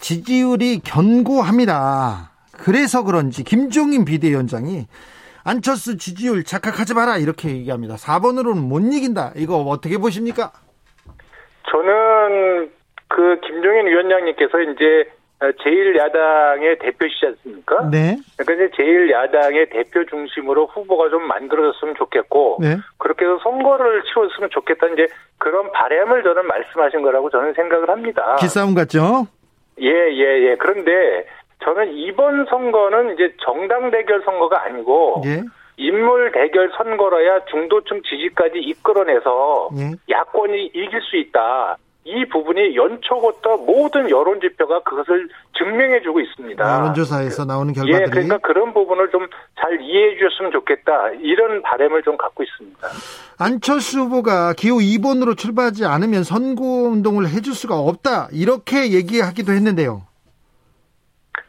Speaker 1: 지지율이 견고합니다. 그래서 그런지 김종인 비대위원장이 안철수 지지율 착각하지 마라 이렇게 얘기합니다. 4번으로는 못 이긴다. 이거 어떻게 보십니까?
Speaker 3: 저는 그 김종인 위원장님께서 이제 제1야당의 대표시지 않습니까?
Speaker 1: 네.
Speaker 3: 그러니까 이제 제1야당의 대표 중심으로 후보가 좀 만들어졌으면 좋겠고
Speaker 1: 네.
Speaker 3: 그렇게 해서 선거를 치렀으면 좋겠다 이제 그런 바램을 저는 말씀하신 거라고 저는 생각을 합니다.
Speaker 1: 기싸움 같죠?
Speaker 3: 예예예. 그런데 저는 이번 선거는 이제 정당 대결 선거가 아니고
Speaker 1: 예.
Speaker 3: 인물 대결 선거라야 중도층 지지까지 이끌어내서
Speaker 1: 예.
Speaker 3: 야권이 이길 수 있다. 이 부분이 연초부터 모든 여론 지표가 그것을 증명해주고 있습니다.
Speaker 1: 여론조사에서 어, 나오는 네, 결과들이
Speaker 3: 아. 예, 그러니까 그런 부분을 좀 잘 이해해 주셨으면 좋겠다. 이런 바람을 좀 갖고 있습니다.
Speaker 1: 안철수 후보가 기호 2번으로 출발하지 않으면 선거 운동을 해줄 수가 없다 이렇게 얘기하기도 했는데요.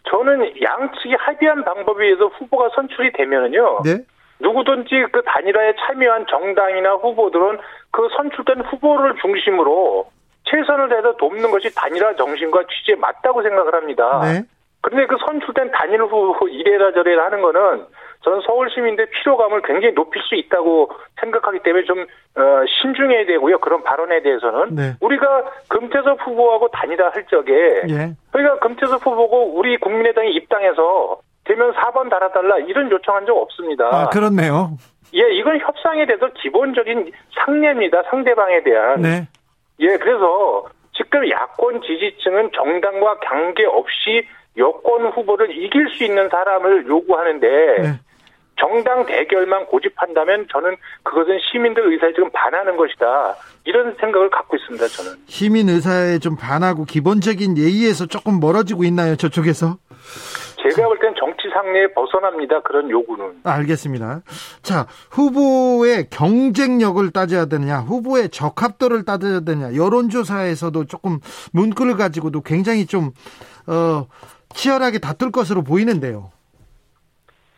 Speaker 3: 저는 양측이 합의한 방법에 의해서 후보가 선출이 되면은요.
Speaker 1: 네.
Speaker 3: 누구든지 그 단일화에 참여한 정당이나 후보들은 그 선출된 후보를 중심으로 최선을 다해서 돕는 것이 단일화 정신과 취지에 맞다고 생각을 합니다.
Speaker 1: 네.
Speaker 3: 그런데 그 선출된 단일 후보 이래라 저래라 하는 거는 저는 서울 시민들의 피로감을 굉장히 높일 수 있다고 생각하기 때문에 좀 어, 신중해야 되고요. 그런 발언에 대해서는
Speaker 1: 네.
Speaker 3: 우리가 금태섭 후보하고 단일화 할 적에
Speaker 1: 예.
Speaker 3: 저희가 금태섭 후보고 우리 국민의당이 입당해서 대면 4번 달아달라 이런 요청한 적 없습니다.
Speaker 1: 아, 그렇네요.
Speaker 3: 예, 이건 협상에 대해서 기본적인 상례입니다. 상대방에 대한.
Speaker 1: 네.
Speaker 3: 예, 그래서 지금 야권 지지층은 정당과 관계없이 여권 후보를 이길 수 있는 사람을 요구하는데
Speaker 1: 네.
Speaker 3: 정당 대결만 고집한다면 저는 그것은 시민들 의사에 지금 반하는 것이다. 이런 생각을 갖고 있습니다, 저는.
Speaker 1: 시민 의사에 좀 반하고 기본적인 예의에서 조금 멀어지고 있나요, 저쪽에서?
Speaker 3: 제가 볼 땐 정치 상례에 벗어납니다. 그런 요구는.
Speaker 1: 아, 알겠습니다. 자, 후보의 경쟁력을 따져야 되느냐, 후보의 적합도를 따져야 되느냐, 여론조사에서도 조금 문구를 가지고도 굉장히 좀, 어, 치열하게 다툴 것으로 보이는데요.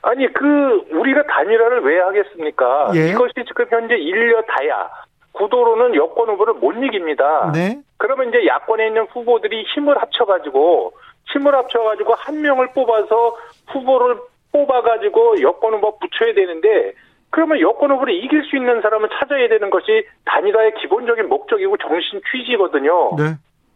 Speaker 3: 아니, 그, 우리가 단일화를 왜 하겠습니까?
Speaker 1: 예.
Speaker 3: 이것이 지금 현재 인려 다야. 구도로는 여권 후보를 못 이깁니다.
Speaker 1: 네.
Speaker 3: 그러면 이제 야권에 있는 후보들이 힘을 합쳐가지고 힘을 합쳐가지고 한 명을 뽑아서 후보를 뽑아가지고 여권 후보 붙여야 되는데 그러면 여권 후보를 이길 수 있는 사람을 찾아야 되는 것이 단일화의 기본적인 목적이고 정신 취지거든요.
Speaker 1: 네.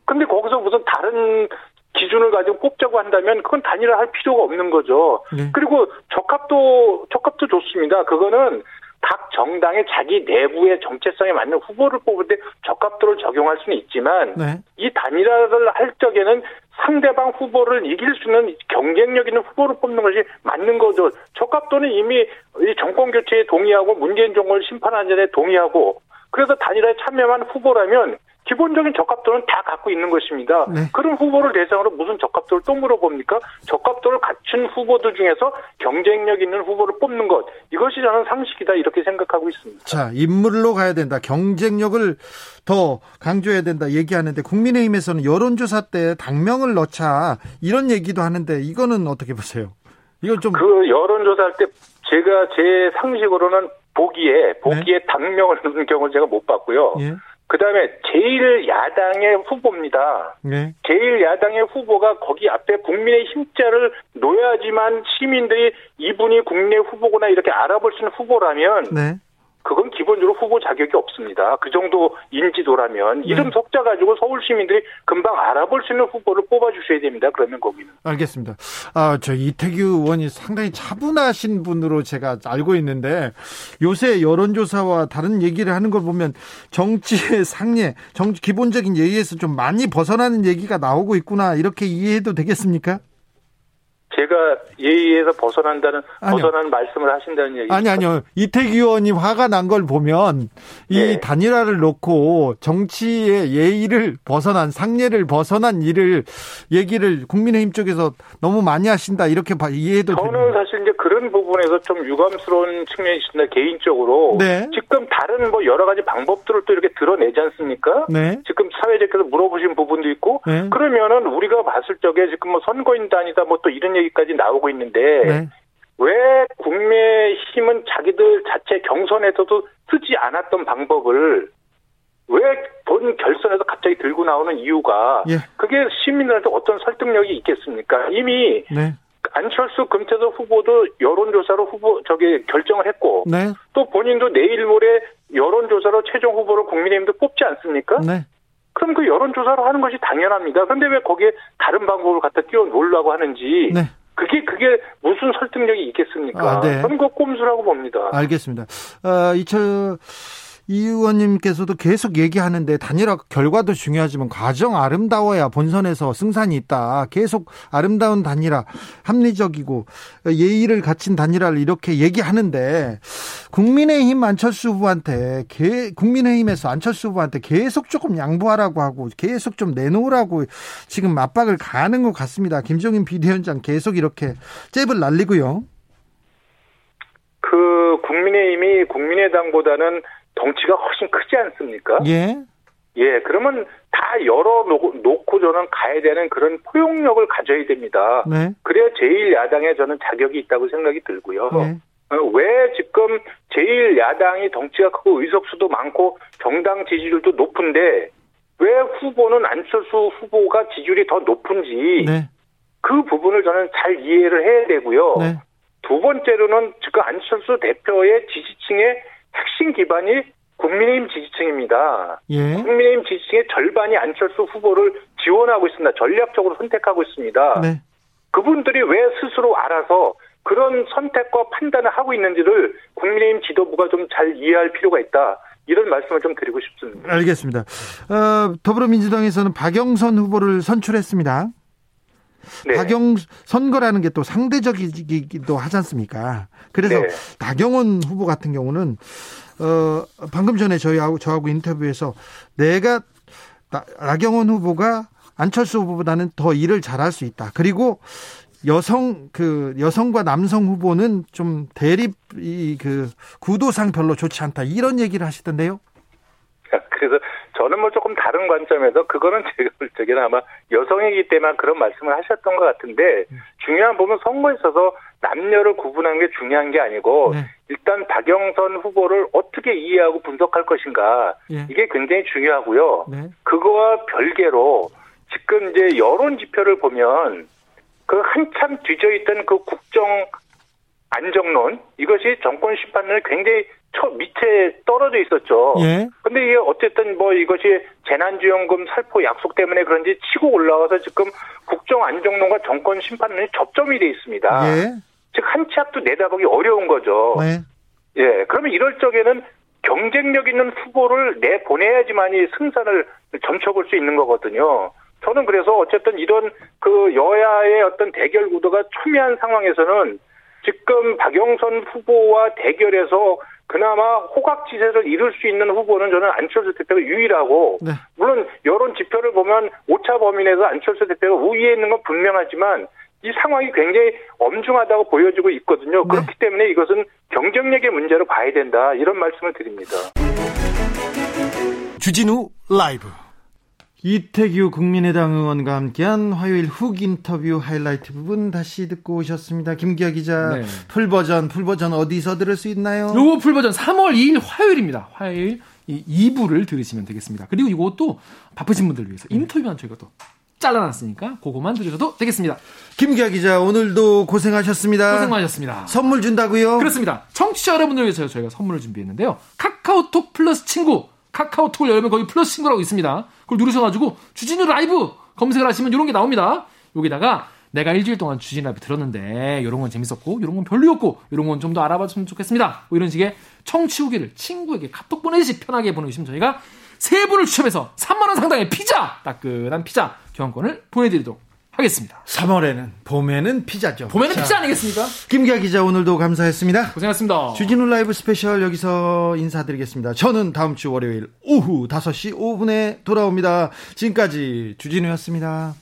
Speaker 3: 근데 거기서 무슨 다른 기준을 가지고 뽑자고 한다면 그건 단일화 할 필요가 없는 거죠.
Speaker 1: 네.
Speaker 3: 그리고 적합도 적합도 좋습니다. 그거는 각 정당의 자기 내부의 정체성에 맞는 후보를 뽑을 때 적합도를 적용할 수는 있지만
Speaker 1: 네.
Speaker 3: 이 단일화를 할 적에는 상대방 후보를 이길 수 있는 경쟁력 있는 후보를 뽑는 것이 맞는 거죠. 적합도는 이미 이 정권 교체에 동의하고 문재인 정권을 심판한 전에 동의하고 그래서 단일화에 참여한 후보라면 기본적인 적합도는 다 갖고 있는 것입니다.
Speaker 1: 네.
Speaker 3: 그런 후보를 대상으로 무슨 적합도를 또 물어봅니까? 적합도를 갖춘 후보들 중에서 경쟁력 있는 후보를 뽑는 것 이것이 저는 상식이다 이렇게 생각하고 있습니다.
Speaker 1: 자, 인물로 가야 된다. 경쟁력을 더 강조해야 된다. 얘기하는데 국민의힘에서는 여론조사 때 당명을 넣자 이런 얘기도 하는데 이거는 어떻게 보세요? 이건 좀
Speaker 3: 그 여론조사할 때 제가 제 상식으로는 보기에 보기에 당명을 넣는 경우를 제가 못 봤고요.
Speaker 1: 네. 예.
Speaker 3: 그다음에 제일 야당의 후보입니다.
Speaker 1: 네.
Speaker 3: 제일 야당의 후보가 거기 앞에 국민의 힘자를 놓여야지만 시민들이 이분이 국내 후보구나 이렇게 알아볼 수 있는 후보라면
Speaker 1: 네.
Speaker 3: 그건 기본적으로 후보 자격이 없습니다. 그 정도 인지도라면
Speaker 1: 네.
Speaker 3: 이름 속자 가지고 서울 시민들이 금방 알아볼 수 있는 후보를 뽑아 주셔야 됩니다. 그러면 거기는
Speaker 1: 알겠습니다. 아, 저 이태규 의원이 상당히 차분하신 분으로 제가 알고 있는데 요새 여론조사와 다른 얘기를 하는 걸 보면 정치의 상례, 정치 기본적인 예의에서 좀 많이 벗어나는 얘기가 나오고 있구나 이렇게 이해해도 되겠습니까?
Speaker 3: 제가 예의에서 벗어난다는
Speaker 1: 아니요.
Speaker 3: 벗어난 말씀을 하신다는 얘기
Speaker 1: 아니 아니요 이태규 의원이 화가 난 걸 보면 이
Speaker 3: 예.
Speaker 1: 단일화를 놓고 정치의 예의를 벗어난 상례를 벗어난 일을 얘기를 국민의힘 쪽에서 너무 많이 하신다 이렇게 봐- 이해해도
Speaker 3: 저는
Speaker 1: 됩니다.
Speaker 3: 사실 이제 그런 부분에서 좀 유감스러운 측면이 있습니다. 개인적으로
Speaker 1: 네.
Speaker 3: 지금 다른 뭐 여러 가지 방법들을 또 이렇게 드러내지 않습니까?
Speaker 1: 네.
Speaker 3: 지금 사회자께서 물어보신 부분도 있고
Speaker 1: 네.
Speaker 3: 그러면은 우리가 봤을 적에 지금 뭐 선거인단이다 뭐 또 이런 얘기까지 나오고 있는데
Speaker 1: 네.
Speaker 3: 왜 국민의힘은 자기들 자체 경선에서도 쓰지 않았던 방법을 왜 본 결선에서 갑자기 들고 나오는 이유가
Speaker 1: 예.
Speaker 3: 그게 시민들한테 어떤 설득력이 있겠습니까? 이미
Speaker 1: 네.
Speaker 3: 안철수 금태섭 후보도 여론조사로 후보 저기 결정을 했고
Speaker 1: 네.
Speaker 3: 또 본인도 내일 모레 여론조사로 최종 후보로 국민의힘도 뽑지 않습니까?
Speaker 1: 네.
Speaker 3: 그럼 그 여론조사로 하는 것이 당연합니다. 그런데 왜 거기에 다른 방법을 갖다 끼워놓으려고 하는지
Speaker 1: 네.
Speaker 3: 그게 그게 무슨 설득력이 있겠습니까?
Speaker 1: 아, 네. 아.
Speaker 3: 저는 그거 꼼수라고 봅니다.
Speaker 1: 알겠습니다. 어, 이철 이 의원님께서도 계속 얘기하는데 단일화 결과도 중요하지만 과정 아름다워야 본선에서 승산이 있다. 계속 아름다운 단일화, 합리적이고 예의를 갖춘 단일화를 이렇게 얘기하는데 국민의힘 안철수 후보한테 개- 국민의힘에서 안철수 후보한테 계속 조금 양보하라고 하고 계속 좀 내놓으라고 지금 압박을 가하는 것 같습니다. 김종인 비대위원장 계속 이렇게 잽을 날리고요.
Speaker 3: 그 국민의힘이 국민의당보다는 덩치가 훨씬 크지 않습니까?
Speaker 1: 예.
Speaker 3: 예, 그러면 다 열어놓고 놓고 저는 가야 되는 그런 포용력을 가져야 됩니다.
Speaker 1: 네.
Speaker 3: 그래야 제1야당에 저는 자격이 있다고 생각이 들고요.
Speaker 1: 네.
Speaker 3: 어, 왜 지금 제1야당이 덩치가 크고 의석수도 많고 정당 지지율도 높은데 왜 후보는 안철수 후보가 지지율이 더 높은지
Speaker 1: 네.
Speaker 3: 그 부분을 저는 잘 이해를 해야 되고요.
Speaker 1: 네.
Speaker 3: 두 번째로는 지금 안철수 대표의 지지층의 핵심 기반이 국민의힘 지지층입니다.
Speaker 1: 예.
Speaker 3: 국민의힘 지지층의 절반이 안철수 후보를 지원하고 있습니다. 전략적으로 선택하고 있습니다.
Speaker 1: 네.
Speaker 3: 그분들이 왜 스스로 알아서 그런 선택과 판단을 하고 있는지를 국민의힘 지도부가 좀 잘 이해할 필요가 있다. 이런 말씀을 좀 드리고 싶습니다.
Speaker 1: 알겠습니다. 어, 더불어민주당에서는 박영선 후보를 선출했습니다.
Speaker 3: 네.
Speaker 1: 박영 선거라는 게 또 상대적이기도 하지 않습니까? 그래서
Speaker 3: 네.
Speaker 1: 나경원 후보 같은 경우는 어 방금 전에 저희하고 저하고 인터뷰에서 내가 나, 나경원 후보가 안철수 후보보다는 더 일을 잘할 수 있다. 그리고 여성 그 여성과 남성 후보는 좀 대립 이 그 구도상 별로 좋지 않다. 이런 얘기를 하시던데요.
Speaker 3: 그러니까 그래서 저는 뭐 조금 다른 관점에서 그거는 제가 볼 적에는 아마 여성이기 때문에 그런 말씀을 하셨던 것 같은데
Speaker 1: 네.
Speaker 3: 중요한 부분 선거에 있어서 남녀를 구분하는 게 중요한 게 아니고
Speaker 1: 네.
Speaker 3: 일단 박영선 후보를 어떻게 이해하고 분석할 것인가
Speaker 1: 예.
Speaker 3: 이게 굉장히 중요하고요.
Speaker 1: 네.
Speaker 3: 그거와 별개로 지금 이제 여론 지표를 보면 그 한참 뒤져 있던 그 국정 안정론 이것이 정권 심판을 굉장히 초 밑에 떨어져 있었죠.
Speaker 1: 예.
Speaker 3: 근데 이게 어쨌든 뭐 이것이 재난지원금 살포 약속 때문에 그런지 치고 올라와서 지금 국정 안정론과 정권 심판론이 접점이 돼 있습니다.
Speaker 1: 예.
Speaker 3: 즉 한 치 앞도 내다보기 어려운 거죠.
Speaker 1: 네.
Speaker 3: 예, 그러면 이럴 적에는 경쟁력 있는 후보를 내보내야지만이 승산을 점쳐볼 수 있는 거거든요. 저는 그래서 어쨌든 이런 그 여야의 어떤 대결 구도가 첨예한 상황에서는 지금 박영선 후보와 대결해서 그나마 호각지세를 이룰 수 있는 후보는 저는 안철수 대표가 유일하고
Speaker 1: 네.
Speaker 3: 물론 여론 지표를 보면 오차 범위 내에서 안철수 대표가 우위에 있는 건 분명하지만 이 상황이 굉장히 엄중하다고 보여지고 있거든요.
Speaker 1: 네.
Speaker 3: 그렇기 때문에 이것은 경쟁력의 문제로 봐야 된다 이런 말씀을 드립니다.
Speaker 5: 주진우 라이브
Speaker 1: 이태규 국민의당 의원과 함께한 화요일 훅 인터뷰 하이라이트 부분 다시 듣고 오셨습니다. 김기아 기자
Speaker 2: 네.
Speaker 1: 풀 버전 풀 버전 어디서 들을 수 있나요?
Speaker 2: 요거 풀 버전 3월 2일 화요일입니다. 화요일 이 2부를 들으시면 되겠습니다. 그리고 이것도 바쁘신 분들 을 위해서 인터뷰한 저희가 또 잘라놨으니까 그거만 들으셔도 되겠습니다.
Speaker 1: 김기아 기자 오늘도 고생하셨습니다.
Speaker 2: 고생 많으셨습니다.
Speaker 1: 선물 준다고요?
Speaker 2: 그렇습니다. 청취자 여러분을 위해서 저희가 선물을 준비했는데요. 카카오톡 플러스 친구, 카카오톡을 열면 거기 플러스 친구라고 있습니다. 그걸 누르셔가지고 주진우 라이브 검색을 하시면 이런 게 나옵니다. 여기다가 내가 일주일 동안 주진우 라이브 들었는데 이런 건 재밌었고 이런 건 별로였고 이런 건 좀 더 알아봤으면 좋겠습니다. 뭐 이런 식의 청취 후기를 친구에게 카톡 보내듯이 편하게 보내주시면 저희가 세 분을 추첨해서 3만 원 상당의 피자, 따끈한 피자 교환권을 보내드리도록 하겠습니다.
Speaker 1: 3월에는 봄에는 피자죠.
Speaker 2: 보면은
Speaker 1: 자,
Speaker 2: 피자 아니겠습니까?
Speaker 1: 김기아 기자 오늘도 감사했습니다.
Speaker 2: 고생하셨습니다.
Speaker 1: 주진우 라이브 스페셜 여기서 인사드리겠습니다. 저는 다음 주 월요일 오후 5시 5분에 돌아옵니다. 지금까지 주진우였습니다.